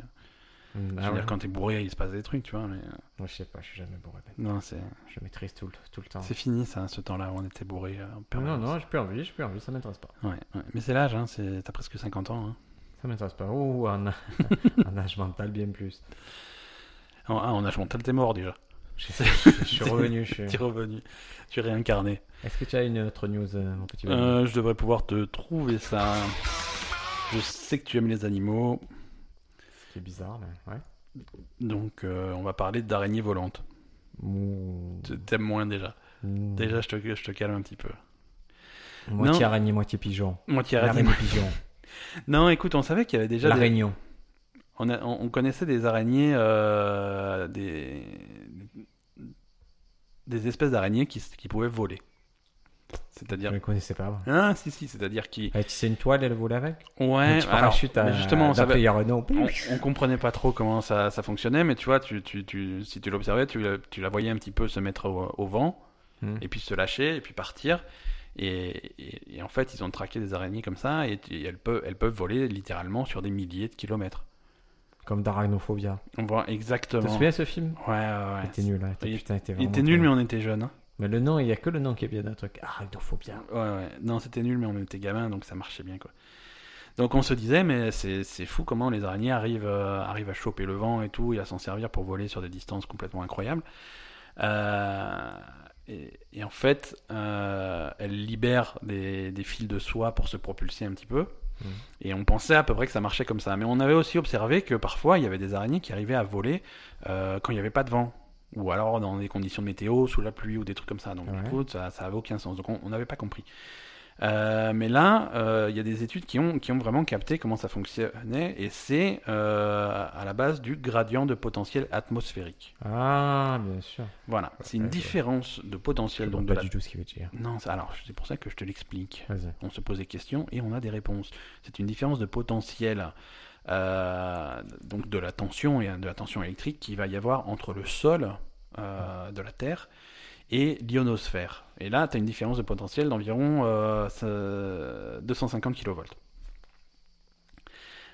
Speaker 2: Bah
Speaker 1: je veux dire, quand t'es bourré, il se passe des trucs, tu vois. Mais euh,
Speaker 2: Ah Moi, je sais pas, je suis jamais bourré. ben.
Speaker 1: non, c'est
Speaker 2: Je maîtrise tout, le- tout le temps.
Speaker 1: c'est fini, ça, ce temps-là où on était bourré. euh, en
Speaker 2: Ah Non,
Speaker 1: permanence.
Speaker 2: non, j'ai plus envie, j'ai plus envie, ça m'intéresse pas.
Speaker 1: Ouais, ouais. Mais c'est l'âge, hein, c'est- t'as presque 50 ans. hein.
Speaker 2: Ça m'intéresse pas. Oh, un, *laughs* un âge mental bien plus.
Speaker 1: En, ah, en âge mental, t'es mort
Speaker 2: *laughs*
Speaker 1: déjà.
Speaker 2: Je, je- je *laughs* suis revenu. je suis-
Speaker 1: T'es revenu, tu es réincarné.
Speaker 2: Est-ce que tu as une autre news, euh, mon petit Benjamin
Speaker 1: Euh, je devrais pouvoir te trouver ça. Je sais que tu aimes les animaux,
Speaker 2: C'est bizarre, mais ouais.
Speaker 1: donc euh, on va parler d'araignées volantes.
Speaker 2: Mouh.
Speaker 1: T- T'aimes moins déjà.
Speaker 2: Mouh.
Speaker 1: Déjà, je te, je te calme un petit peu.
Speaker 2: Moitié
Speaker 1: Non.
Speaker 2: araignée, moitié pigeon.
Speaker 1: Moitié araignée.
Speaker 2: L'araignée pigeon.
Speaker 1: Non, écoute, on savait qu'il y avait *laughs* déjà.
Speaker 2: La
Speaker 1: des-
Speaker 2: réunion.
Speaker 1: On, a- on- on connaissait des araignées, euh, des... des espèces d'araignées qui, s- qui pouvaient voler.
Speaker 2: Je
Speaker 1: C'est-à-dire.
Speaker 2: ne connaissais pas. moi.
Speaker 1: Ah, si, si, c'est-à-dire qui.
Speaker 2: Elle tissait une toile, elle volait avec. Un
Speaker 1: Ouais,
Speaker 2: petit
Speaker 1: alors,
Speaker 2: parachute à-
Speaker 1: mais justement, on savait.
Speaker 2: d'après Yarno.
Speaker 1: on, on comprenait pas trop comment ça, ça fonctionnait, mais tu vois, tu, tu, tu- si tu l'observais, tu, la- tu la voyais un petit peu se mettre au, au vent,
Speaker 2: Hmm.
Speaker 1: et puis se lâcher, et puis partir. Et, et- et en fait, ils ont traqué des araignées comme ça, et, tu- et elles, peuvent, elles peuvent voler littéralement sur des milliers de kilomètres.
Speaker 2: Comme d'arachnophobia.
Speaker 1: On voit
Speaker 2: Tu te
Speaker 1: exactement.
Speaker 2: souviens de ce film
Speaker 1: Ouais, ouais, ouais.
Speaker 2: Il était nul, hein.
Speaker 1: Il-
Speaker 2: putain, il était
Speaker 1: Il
Speaker 2: vraiment
Speaker 1: était nul, mais
Speaker 2: pas bon.
Speaker 1: on était jeunes. hein.
Speaker 2: Mais le nom, il n'y a que le nom qui est bien d'un truc. Arachnophobia.
Speaker 1: Ouais, ouais. Non, c'était nul, mais on était gamins, donc ça marchait bien, quoi. Donc on se disait, mais c'est c'est fou comment les araignées arrivent, euh, arrivent à choper le vent et tout, et à s'en servir pour voler sur des distances complètement incroyables. Euh, et, et en fait, euh, elles libèrent des, des fils de soie pour se propulser un petit peu.
Speaker 2: Mhm.
Speaker 1: Et on pensait à peu près que ça marchait comme ça. Mais on avait aussi observé que parfois, il y avait des araignées qui arrivaient à voler euh, quand il n'y avait pas de vent. Ou alors dans des conditions de météo, sous la pluie ou des trucs comme ça. Donc
Speaker 2: Ouais.
Speaker 1: du coup, ça n'avait aucun sens. Donc on on n'avait pas compris. Euh, mais là, euh, il y a des études qui ont, qui ont vraiment capté comment ça fonctionnait, et c'est euh, à la base du gradient de potentiel atmosphérique.
Speaker 2: Ah, bien sûr.
Speaker 1: Voilà, c'est une
Speaker 2: Ouais, ouais.
Speaker 1: différence de
Speaker 2: Je
Speaker 1: potentiel.
Speaker 2: ne
Speaker 1: Donc
Speaker 2: pas
Speaker 1: de la...
Speaker 2: du tout ce qu'il veut dire.
Speaker 1: Non, ça- alors c'est pour ça que je te l'explique.
Speaker 2: Vas-y.
Speaker 1: On se pose des questions et on a des réponses. C'est une différence de potentiel, euh, donc de la tension et de la tension électrique qu'il va y avoir entre le sol euh, de la Terre et l'ionosphère. Et là, tu as une différence de potentiel d'environ euh, ce- 250 kV.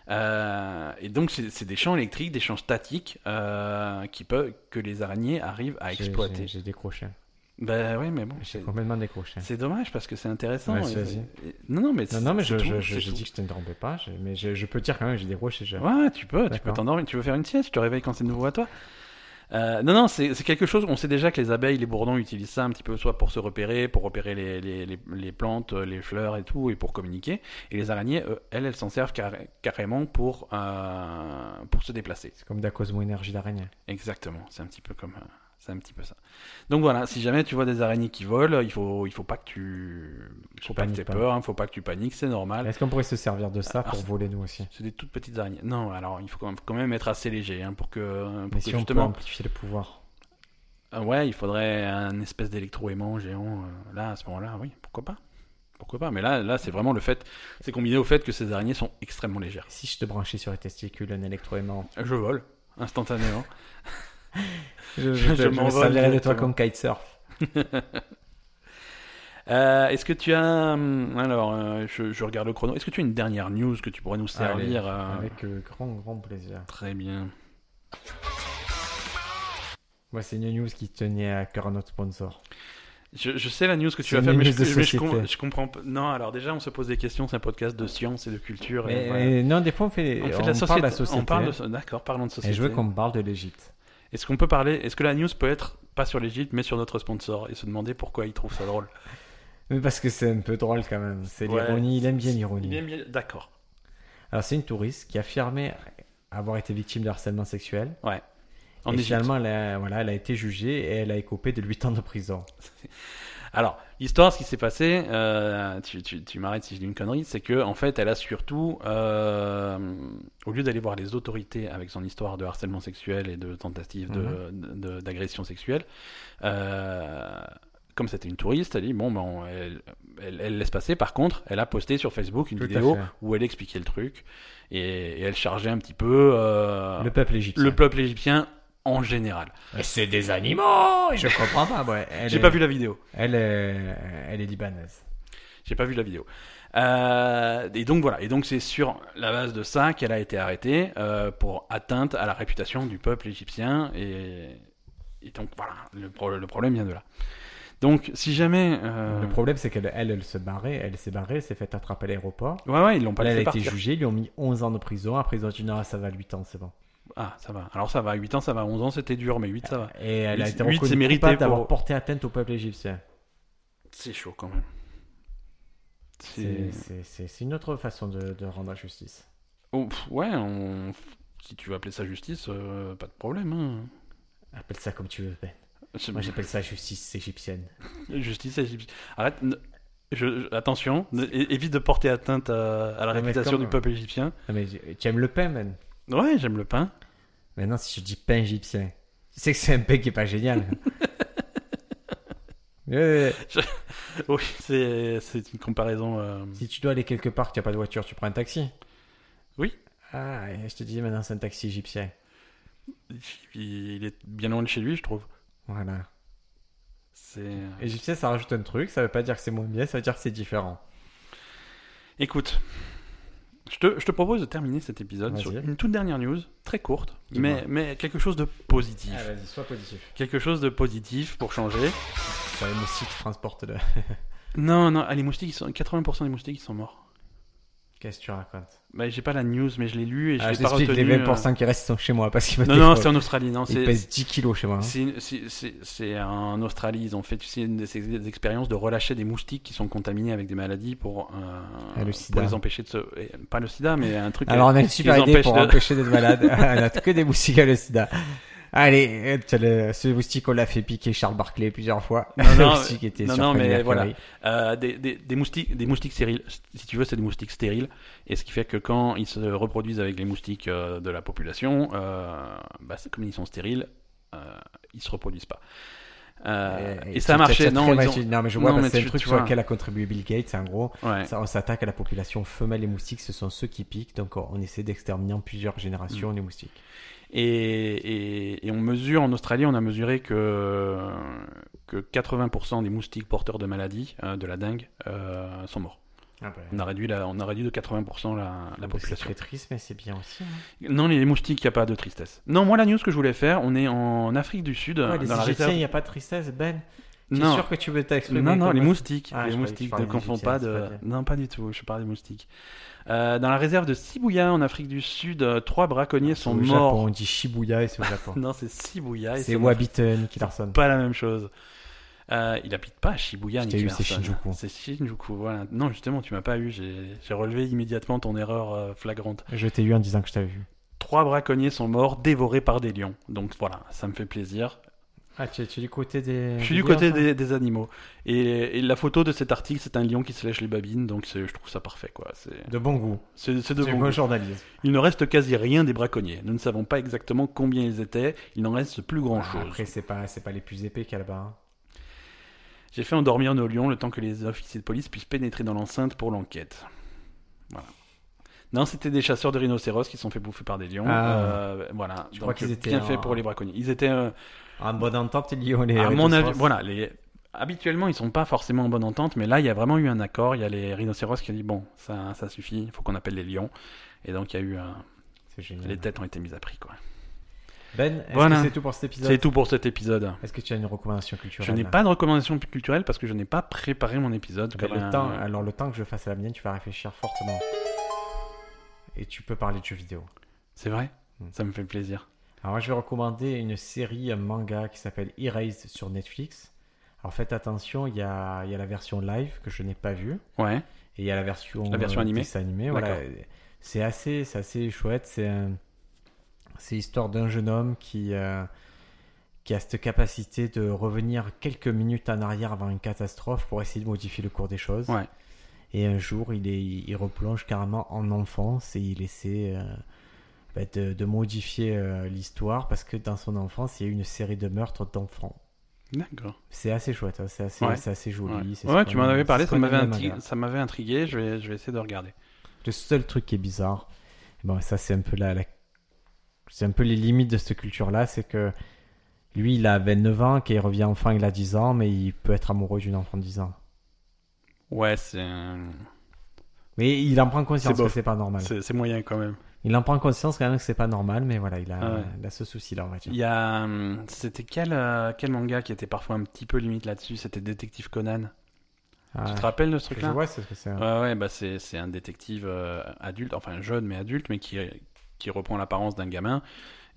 Speaker 1: Euh, et donc, c'est c'est des champs électriques, des champs statiques euh, qui peuvent, que les araignées arrivent à
Speaker 2: J'ai-
Speaker 1: exploiter.
Speaker 2: j'ai- J'ai décroché.
Speaker 1: Ben oui, mais bon,
Speaker 2: J'ai
Speaker 1: c'est-
Speaker 2: complètement décroché.
Speaker 1: c'est dommage parce que c'est intéressant.
Speaker 2: Vas-y,
Speaker 1: Et-
Speaker 2: vas-y.
Speaker 1: et- Non, non, mais,
Speaker 2: Non,
Speaker 1: c'est-
Speaker 2: non, mais
Speaker 1: c'est
Speaker 2: je-
Speaker 1: tout,
Speaker 2: je-
Speaker 1: c'est
Speaker 2: je- j'ai
Speaker 1: tout.
Speaker 2: dit que je ne trompais pas, je- mais je, je peux dire quand même, j'ai décroché. je-
Speaker 1: Ouais, tu peux, tu peux
Speaker 2: D'accord.
Speaker 1: t'endormir. Tu veux faire une sieste, tu te réveilles quand c'est nouveau à toi. Euh, non, non, c'est c'est quelque chose. On sait déjà que les abeilles, les bourdons utilisent ça un petit peu, soit pour se repérer, pour repérer les, les, les, les plantes, euh, les fleurs et tout, et pour communiquer. Et les araignées, euh, elles, elles s'en servent carré- carrément pour, euh, pour se déplacer.
Speaker 2: C'est comme de la cosmo-énergie d'araignée.
Speaker 1: Exactement, c'est un petit peu comme euh, c'est un petit peu ça. Donc voilà, si jamais tu vois des araignées qui volent, il faut il faut pas que tu faut pas que
Speaker 2: panique
Speaker 1: t'aies
Speaker 2: pas.
Speaker 1: peur, hein, faut pas que tu paniques, c'est normal.
Speaker 2: Est-ce qu'on pourrait se servir de ça
Speaker 1: Ah,
Speaker 2: pour
Speaker 1: c'est-
Speaker 2: voler nous aussi
Speaker 1: C'est des toutes petites araignées. Non, alors il faut quand même, faut quand même être assez léger hein, pour que pour
Speaker 2: Mais
Speaker 1: que
Speaker 2: si on peut
Speaker 1: justement
Speaker 2: amplifier le pouvoir.
Speaker 1: Ah ouais, il faudrait un espèce d'électroaimant géant. euh, là, à ce moment-là, oui, pourquoi pas Pourquoi pas Mais là, là c'est vraiment le fait. C'est combiné au fait que ces araignées sont extrêmement légères.
Speaker 2: Si je te branchais sur les testicules un électroaimant,
Speaker 1: Je vole, instantanément. *laughs* je
Speaker 2: je, *laughs* je me
Speaker 1: m'envole
Speaker 2: servirais de toi
Speaker 1: directement.
Speaker 2: comme kitesurf.
Speaker 1: Euh, Est-ce que tu as. hum, Alors, euh, je, je regarde le chrono. Est-ce que tu as une dernière news que tu pourrais nous servir euh,
Speaker 2: Avec euh, grand, grand plaisir.
Speaker 1: Très bien.
Speaker 2: Moi, c'est une news qui tenait à cœur à notre sponsor.
Speaker 1: Je, je sais la news que tu
Speaker 2: C'est
Speaker 1: vas faire,
Speaker 2: une
Speaker 1: mais, je,
Speaker 2: news de
Speaker 1: mais je
Speaker 2: société.
Speaker 1: com- je comprends pas. Non, alors déjà, on se pose des questions. C'est un podcast de science et de culture. et
Speaker 2: Mais,
Speaker 1: voilà.
Speaker 2: mais non, des fois, on fait,
Speaker 1: On fait
Speaker 2: on
Speaker 1: de la
Speaker 2: parle
Speaker 1: société.
Speaker 2: de la société.
Speaker 1: On parle de... D'accord, parlons de
Speaker 2: Et
Speaker 1: société.
Speaker 2: je veux qu'on parle de l'Égypte.
Speaker 1: Est-ce qu'on peut parler Est-ce que la news peut être pas sur l'Égypte, mais sur notre sponsor et se demander pourquoi il trouve ça drôle
Speaker 2: Mais parce que c'est un peu drôle quand même. C'est
Speaker 1: Ouais.
Speaker 2: l'ironie, il aime bien
Speaker 1: Il
Speaker 2: l'ironie.
Speaker 1: aime bien- D'accord.
Speaker 2: Alors, c'est une touriste qui affirmait avoir été victime de harcèlement sexuel.
Speaker 1: En
Speaker 2: et
Speaker 1: Égypte.
Speaker 2: finalement, elle a, voilà, elle a été jugée et elle a écopé de 8 ans de prison.
Speaker 1: Alors, l'histoire, ce qui s'est passé, euh, tu, tu- tu m'arrêtes si je dis une connerie, c'est que en fait, elle a surtout, euh, au lieu d'aller voir les autorités avec son histoire de harcèlement sexuel et de tentative de-
Speaker 2: Mhm.
Speaker 1: de- d'agression sexuelle, euh, comme c'était une touriste, elle dit bon, ben, elle, elle- elle laisse passer. Par contre, elle a posté sur Facebook une
Speaker 2: Tout à
Speaker 1: vidéo
Speaker 2: fait.
Speaker 1: où elle expliquait le truc et, et elle chargeait un petit peu euh,
Speaker 2: Le peuple égyptien.
Speaker 1: le peuple égyptien en général.
Speaker 2: Et C'est des animaux Je comprends pas, ouais. Elle
Speaker 1: J'ai
Speaker 2: est-
Speaker 1: pas vu la vidéo.
Speaker 2: Elle est, elle est libanaise.
Speaker 1: J'ai pas vu la vidéo. Euh, et donc voilà. Et donc c'est sur la base de ça qu'elle a été arrêtée euh, pour atteinte à la réputation du peuple égyptien. Et, et donc voilà, le, pro- le problème vient de là. Donc si jamais, euh,
Speaker 2: Le problème, c'est qu'elle, elle, elle se barrait, elle s'est barrée, elle s'est faite attraper à l'aéroport.
Speaker 1: ouais ouais, ils l'ont pas
Speaker 2: Là, elle a
Speaker 1: laissé
Speaker 2: été
Speaker 1: partir.
Speaker 2: jugée, ils lui ont mis 11 ans de prison. Après, ils ont dit non, ça va, 8 ans, c'est bon.
Speaker 1: Ah ça va. Alors ça va. 8 ans ça va. 11 ans c'était dur, mais 8 ça va.
Speaker 2: Et elle a
Speaker 1: Huit-
Speaker 2: été
Speaker 1: huit, c'est
Speaker 2: reconnue
Speaker 1: mérité
Speaker 2: coupable d'avoir
Speaker 1: pour-
Speaker 2: porté atteinte au peuple égyptien. Ah,
Speaker 1: C'est chaud quand même. C'est euh,
Speaker 2: C'est- C'est c'est- c'est une autre façon de, de rendre la justice.
Speaker 1: Oh, pff, ouais. on- Si tu veux appeler ça justice, euh, pas de problème. hein.
Speaker 2: Appelle ça comme tu veux, Ben.
Speaker 1: C'est-
Speaker 2: Moi, j'appelle ça justice égyptienne.
Speaker 1: Justice égyptienne. Arrête. ne- je- je- attention, ne- é- évite de porter atteinte à, à la
Speaker 2: Non, mais
Speaker 1: réputation
Speaker 2: comme- euh,
Speaker 1: du peuple égyptien.
Speaker 2: Non, Ah, mais tu aimes le pain, Ben.
Speaker 1: Ouais, j'aime le pain. *laughs*
Speaker 2: Maintenant, si je dis pain égyptien, tu sais que c'est un pain qui est pas génial.
Speaker 1: *laughs*
Speaker 2: Euh,
Speaker 1: Oui, c'est c'est une comparaison. euh,
Speaker 2: si tu dois aller quelque part, tu n'as pas de voiture, tu prends un taxi.
Speaker 1: Oui.
Speaker 2: Ah, et je te dis maintenant, c'est un taxi égyptien.
Speaker 1: il, il est bien loin de chez lui, je trouve.
Speaker 2: Voilà.
Speaker 1: C'est. euh,
Speaker 2: Égyptien, ça rajoute un truc, ça veut pas dire que c'est moins bien, ça veut dire que c'est différent.
Speaker 1: Écoute, je te, je te propose de terminer cet épisode
Speaker 2: Vas-y.
Speaker 1: sur une toute dernière news, très courte,
Speaker 2: Dis-moi.
Speaker 1: mais, mais quelque chose de positif.
Speaker 2: Ah, vas-y, sois positif.
Speaker 1: Quelque chose de positif pour changer.
Speaker 2: Sur les moustiques qui transportent de.
Speaker 1: Non, non, ah, les moustiques, ils sont, 80% des moustiques, ils sont morts.
Speaker 2: Qu'est-ce que tu racontes
Speaker 1: Bah, j'ai pas la news, mais je l'ai lu et je
Speaker 2: ah,
Speaker 1: l'ai
Speaker 2: Je
Speaker 1: pas
Speaker 2: t'explique,
Speaker 1: retenu.
Speaker 2: les
Speaker 1: euh.
Speaker 2: 20% qui restent sont chez moi parce qu'ils me
Speaker 1: Non, non, c'est
Speaker 2: défendent.
Speaker 1: en Australie, non.
Speaker 2: Ils
Speaker 1: C'est
Speaker 2: pèsent 10 kilos chez moi. hein.
Speaker 1: c'est une- c'est- c'est- c'est en Australie. Ils ont fait, tu sais, une- ces- des expériences de relâcher des moustiques qui sont contaminés avec des maladies pour, euh,
Speaker 2: Ah, le
Speaker 1: pour
Speaker 2: sida.
Speaker 1: les empêcher de se. eh, Pas le sida, mais un truc. euh,
Speaker 2: Alors on a une
Speaker 1: les
Speaker 2: super idée pour
Speaker 1: empêche de-
Speaker 2: empêcher d'être malade.
Speaker 1: *laughs*
Speaker 2: on a que des moustiques à le sida. Allez, euh, tiens, le- ce moustique on l'a fait piquer Charles Barclay plusieurs fois.
Speaker 1: Non,
Speaker 2: le *laughs*
Speaker 1: non,
Speaker 2: moustique était
Speaker 1: non,
Speaker 2: sur
Speaker 1: non,
Speaker 2: Family
Speaker 1: mais
Speaker 2: Affair.
Speaker 1: voilà. Euh, des, des- des moustiques, des moustiques stériles. Si tu veux, c'est des moustiques stériles. Et ce qui fait que quand ils se reproduisent avec les moustiques euh, de la population, euh, bah, c'est- comme ils sont stériles, euh, ils se reproduisent pas. Euh, et,
Speaker 2: tu-
Speaker 1: ça a
Speaker 2: tu-
Speaker 1: marché.
Speaker 2: tu-
Speaker 1: Non,
Speaker 2: très
Speaker 1: ils ont-
Speaker 2: imagine- non, mais je vois
Speaker 1: non,
Speaker 2: parce
Speaker 1: mais
Speaker 2: que c'est
Speaker 1: tu-
Speaker 2: le truc
Speaker 1: tu
Speaker 2: sur
Speaker 1: vois.
Speaker 2: lequel a contribué Bill Gates en gros.
Speaker 1: Ouais.
Speaker 2: Ça, on s'attaque à la population femelle et moustiques, ce sont ceux qui piquent, donc on, on essaie d'exterminer en plusieurs générations
Speaker 1: Mm.
Speaker 2: les moustiques.
Speaker 1: Et, et- et on mesure, en Australie, on a mesuré que, que 80% des moustiques porteurs de maladies, euh, de la dengue, euh, sont morts.
Speaker 2: Ah ben,
Speaker 1: On a réduit, la- on a réduit de 80% la, la
Speaker 2: c'est
Speaker 1: population.
Speaker 2: très triste, mais c'est bien aussi. hein.
Speaker 1: Non, les moustiques, il n'y a pas de tristesse. Non, moi, la news que je voulais faire, on est en Afrique du Sud,
Speaker 2: Ouais,
Speaker 1: dans
Speaker 2: les
Speaker 1: la
Speaker 2: Égyptiens,
Speaker 1: réserve.
Speaker 2: il n'y a pas de tristesse, Ben. Je suis
Speaker 1: Non,
Speaker 2: sûr que tu veux t'exprimer.
Speaker 1: non, non,
Speaker 2: comme
Speaker 1: les
Speaker 2: ça.
Speaker 1: moustiques.
Speaker 2: Ah, je
Speaker 1: les
Speaker 2: croyais que tu
Speaker 1: moustiques ne
Speaker 2: parlais des
Speaker 1: confondent pas
Speaker 2: Égyptiens,
Speaker 1: de.
Speaker 2: c'est pas
Speaker 1: non, pas du tout, je parle des moustiques. Euh, dans la réserve de Sibouya, en Afrique du Sud, euh, trois braconniers sont
Speaker 2: Ah, au Japon,
Speaker 1: morts. Ah,
Speaker 2: on dit Shibuya et c'est
Speaker 1: *laughs*
Speaker 2: au Japon.
Speaker 1: Non, c'est Sibouya. et
Speaker 2: C'est Wabiton, Nicky Larson.
Speaker 1: pas la même chose. Euh, il habite pas à Shibuya,
Speaker 2: Je
Speaker 1: Nicky
Speaker 2: t'ai eu, c'est
Speaker 1: Larson.
Speaker 2: Shinjuku.
Speaker 1: C'est Shinjuku, voilà. Non, justement, tu m'as pas eu. J'ai j'ai relevé immédiatement ton erreur euh, flagrante.
Speaker 2: Je t'ai eu en disant que je t'avais vu.
Speaker 1: Trois braconniers sont morts, dévorés par des lions. Donc voilà, ça me fait plaisir.
Speaker 2: Ah, tu es, tu es du côté des.
Speaker 1: Je suis du
Speaker 2: lions,
Speaker 1: côté
Speaker 2: toi
Speaker 1: des, des animaux. Et, et la photo de cet article, c'est un lion qui se lèche les babines, donc c'est- je trouve ça parfait. quoi. C'est
Speaker 2: De bon goût.
Speaker 1: c'est- c'est de
Speaker 2: C'est
Speaker 1: bon
Speaker 2: bon
Speaker 1: goût.
Speaker 2: journalisme.
Speaker 1: Il ne reste quasi rien des braconniers. Nous ne savons pas exactement combien ils étaient. Il n'en reste plus grand-chose.
Speaker 2: Après, c'est pas, c'est pas les plus épais qu'il y a là-bas. hein.
Speaker 1: J'ai fait endormir nos lions le temps que les officiers de police puissent pénétrer dans l'enceinte pour l'enquête. Voilà. Non, c'était des chasseurs de rhinocéros qui se sont fait bouffer par des lions.
Speaker 2: Ah.
Speaker 1: Euh, voilà.
Speaker 2: Je crois qu'ils étaient
Speaker 1: bien
Speaker 2: en-
Speaker 1: fait pour les braconniers. Ils étaient, euh,
Speaker 2: En bonne entente, il y a les.
Speaker 1: à mon avis,
Speaker 2: rhinocéros.
Speaker 1: voilà. Les... Habituellement, ils sont pas forcément en bonne entente, mais là, il y a vraiment eu un accord. Il y a les rhinocéros qui ont dit bon, ça, ça suffit. Il faut qu'on appelle les lions. Et donc, il y a eu un-
Speaker 2: C'est génial.
Speaker 1: les têtes ont été mises à prix. quoi.
Speaker 2: Ben, est-ce
Speaker 1: Voilà.
Speaker 2: que c'est tout pour cet épisode
Speaker 1: C'est tout pour cet épisode.
Speaker 2: Est-ce que tu as une recommandation culturelle hein
Speaker 1: Je n'ai pas de recommandation culturelle parce que je n'ai pas préparé mon épisode.
Speaker 2: Ben,
Speaker 1: comme
Speaker 2: le
Speaker 1: un-
Speaker 2: temps, alors le temps que je fasse la mienne, tu vas réfléchir fortement. Et tu peux parler de jeux vidéo.
Speaker 1: C'est vrai
Speaker 2: Mm.
Speaker 1: Ça me fait plaisir.
Speaker 2: Alors moi, je vais recommander une série, un manga qui s'appelle Erased sur Netflix. Alors faites attention, il y a, il y a la version live que je n'ai pas vue.
Speaker 1: Ouais.
Speaker 2: Et il y a la version,
Speaker 1: La version
Speaker 2: euh,
Speaker 1: animée.
Speaker 2: dessin animé, voilà.
Speaker 1: D'accord.
Speaker 2: C'est assez, c'est assez chouette. C'est un- c'est l'histoire d'un jeune homme qui, euh, qui a cette capacité de revenir quelques minutes en arrière avant une catastrophe pour essayer de modifier le cours des choses.
Speaker 1: Ouais.
Speaker 2: Et un jour, il, est, il replonge carrément en enfance et il essaie euh, bah, de, de modifier euh, l'histoire parce que dans son enfance, il y a eu une série de meurtres d'enfants.
Speaker 1: D'accord.
Speaker 2: C'est assez chouette, hein, c'est assez,
Speaker 1: Ouais.
Speaker 2: c'est assez
Speaker 1: Ouais,
Speaker 2: joli. c'est
Speaker 1: Ouais,
Speaker 2: ce
Speaker 1: tu
Speaker 2: qu'on
Speaker 1: m'en
Speaker 2: aime-
Speaker 1: avais parlé,
Speaker 2: c'est
Speaker 1: ça
Speaker 2: ce qu'on
Speaker 1: m'avait,
Speaker 2: aime,
Speaker 1: intrigué,
Speaker 2: manga.
Speaker 1: ça m'avait intrigué, je vais, je vais essayer de regarder.
Speaker 2: Le seul truc qui est bizarre, bon, ça c'est un peu la, la- c'est un peu les limites de cette culture-là, c'est que lui il a 29 ans, qu'il revient enfant il a 10 ans, mais il peut être amoureux d'une enfant de 10 ans.
Speaker 1: Ouais, c'est, un-
Speaker 2: Mais il en prend conscience
Speaker 1: C'est
Speaker 2: que
Speaker 1: bof.
Speaker 2: c'est pas normal.
Speaker 1: c'est, c'est moyen quand même.
Speaker 2: Il en prend conscience quand même que c'est pas normal, mais voilà, il a,
Speaker 1: Ah ouais.
Speaker 2: il a ce souci-là, on va dire.
Speaker 1: Il y a. hum, C'était quel, euh, quel manga qui était parfois un petit peu limite là-dessus C'était Détective Conan.
Speaker 2: Ah,
Speaker 1: tu te rappelles de ce
Speaker 2: je
Speaker 1: truc-là
Speaker 2: vois c'est ce que c'est. hein.
Speaker 1: Ouais, ouais, bah c'est, c'est un détective euh, adulte, enfin jeune mais adulte, mais qui, qui reprend l'apparence d'un gamin.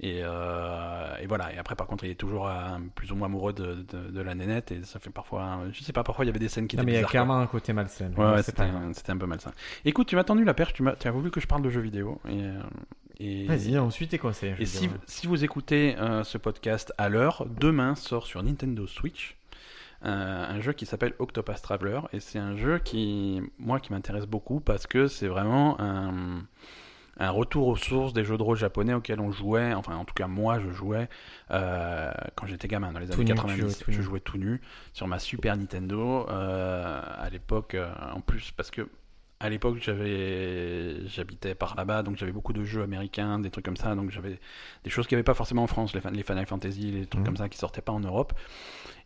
Speaker 1: Et, euh, et voilà. Et après, par contre, il est toujours euh, plus ou moins amoureux de, de, de la nénette. Et ça fait parfois. un- Je sais pas, parfois il y avait des scènes qui
Speaker 2: Non,
Speaker 1: étaient
Speaker 2: mais il y a
Speaker 1: bizarres, quoi.
Speaker 2: clairement un côté malsain.
Speaker 1: Ouais,
Speaker 2: mais
Speaker 1: ouais,
Speaker 2: c'est
Speaker 1: c'était
Speaker 2: pas grave.
Speaker 1: un, c'était un peu malsain. Écoute, tu m'as tendu la perche, tu m'as- tu as voulu que je parle de jeux vidéo. Et, euh, et,
Speaker 2: Vas-y, on suit tes conseils. je
Speaker 1: et
Speaker 2: veux
Speaker 1: si,
Speaker 2: dire.
Speaker 1: si vous écoutez euh, ce podcast à l'heure, demain sort sur Nintendo Switch euh, un jeu qui s'appelle Octopath Traveler. Et c'est un jeu qui, moi, qui m'intéresse beaucoup parce que c'est vraiment un, un retour aux sources des jeux de rôle japonais auxquels on jouait, enfin, en tout cas, moi, je jouais euh, quand j'étais gamin, dans les
Speaker 2: Tout
Speaker 1: années
Speaker 2: nu, tu
Speaker 1: 90.
Speaker 2: jouais tout
Speaker 1: je
Speaker 2: nu.
Speaker 1: jouais tout nu sur ma Super Nintendo euh, à l'époque, euh, en plus, parce que à l'époque, j'avais, j'habitais par là-bas, donc j'avais beaucoup de jeux américains, des trucs comme ça, donc j'avais des choses qu'il n'y avait pas forcément en France, les, fin- les Final Fantasy, les trucs
Speaker 2: Mhm.
Speaker 1: comme ça qui sortaient pas en Europe.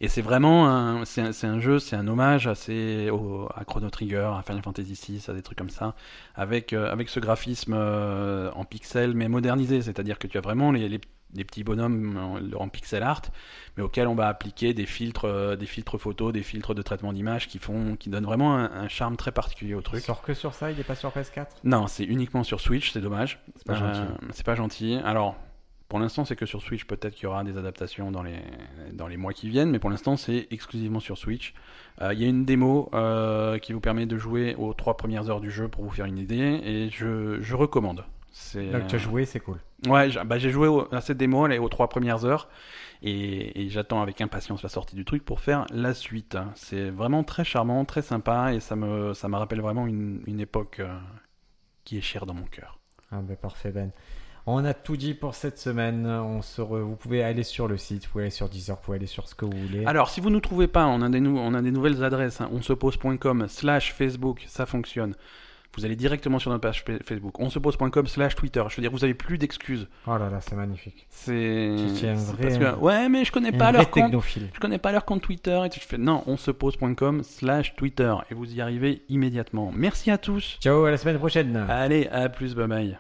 Speaker 1: Et c'est vraiment un, c'est un, c'est un jeu, c'est un hommage assez au- à Chrono Trigger, à Final Fantasy VI, à des trucs comme ça, avec, euh, avec ce graphisme euh, en pixel mais modernisé, c'est-à-dire que tu as vraiment les, les, les petits bonhommes en, en pixel art, mais auxquels on va appliquer des filtres, euh, des filtres photos, des filtres de traitement d'image qui font, qui donnent vraiment un, un charme très particulier au
Speaker 2: Il
Speaker 1: truc.
Speaker 2: sort que sur ça, il est pas sur PS4
Speaker 1: Non, c'est uniquement sur Switch, c'est dommage.
Speaker 2: C'est pas
Speaker 1: Euh,
Speaker 2: gentil.
Speaker 1: c'est pas gentil. Alors, pour l'instant, c'est que sur Switch. Peut-être qu'il y aura des adaptations dans les, dans les mois qui viennent, mais pour l'instant, c'est exclusivement sur Switch. Euh, Il y a une démo euh, qui vous permet de jouer aux trois premières heures du jeu pour vous faire une idée, et je, je recommande. C'est,
Speaker 2: Donc tu as joué, c'est cool.
Speaker 1: Ouais, j'ai bah, j'ai joué au- à cette démo, elle est aux trois premières heures, et, et j'attends avec impatience la sortie du truc pour faire la suite. C'est vraiment très charmant, très sympa, et ça me, ça me rappelle vraiment une, une époque euh, qui est chère dans mon cœur.
Speaker 2: Ah ben parfait Ben. On a tout dit pour cette semaine. On se re- Vous pouvez aller sur le site, vous pouvez aller sur Deezer, vous pouvez aller sur ce que vous voulez.
Speaker 1: Alors, si vous ne nous trouvez pas, on a des, nou- on a des nouvelles adresses, hein, onsepose.com slash Facebook, ça fonctionne. Vous allez directement sur notre page P- Facebook, onsepose.com slash Twitter. Je veux dire, vous avez plus d'excuses.
Speaker 2: Oh là là, c'est magnifique.
Speaker 1: C'est.
Speaker 2: Tu tiens
Speaker 1: c'est
Speaker 2: vrai- hein.
Speaker 1: parce que, Ouais, mais je connais pas
Speaker 2: Un vrai
Speaker 1: leur compte.
Speaker 2: technophile.
Speaker 1: Je connais pas leur compte Twitter. Et tout. je fais non, onsepose.com slash Twitter. Et vous y arrivez immédiatement. Merci à tous.
Speaker 2: Ciao, à la semaine prochaine.
Speaker 1: Allez, à plus, bye bye.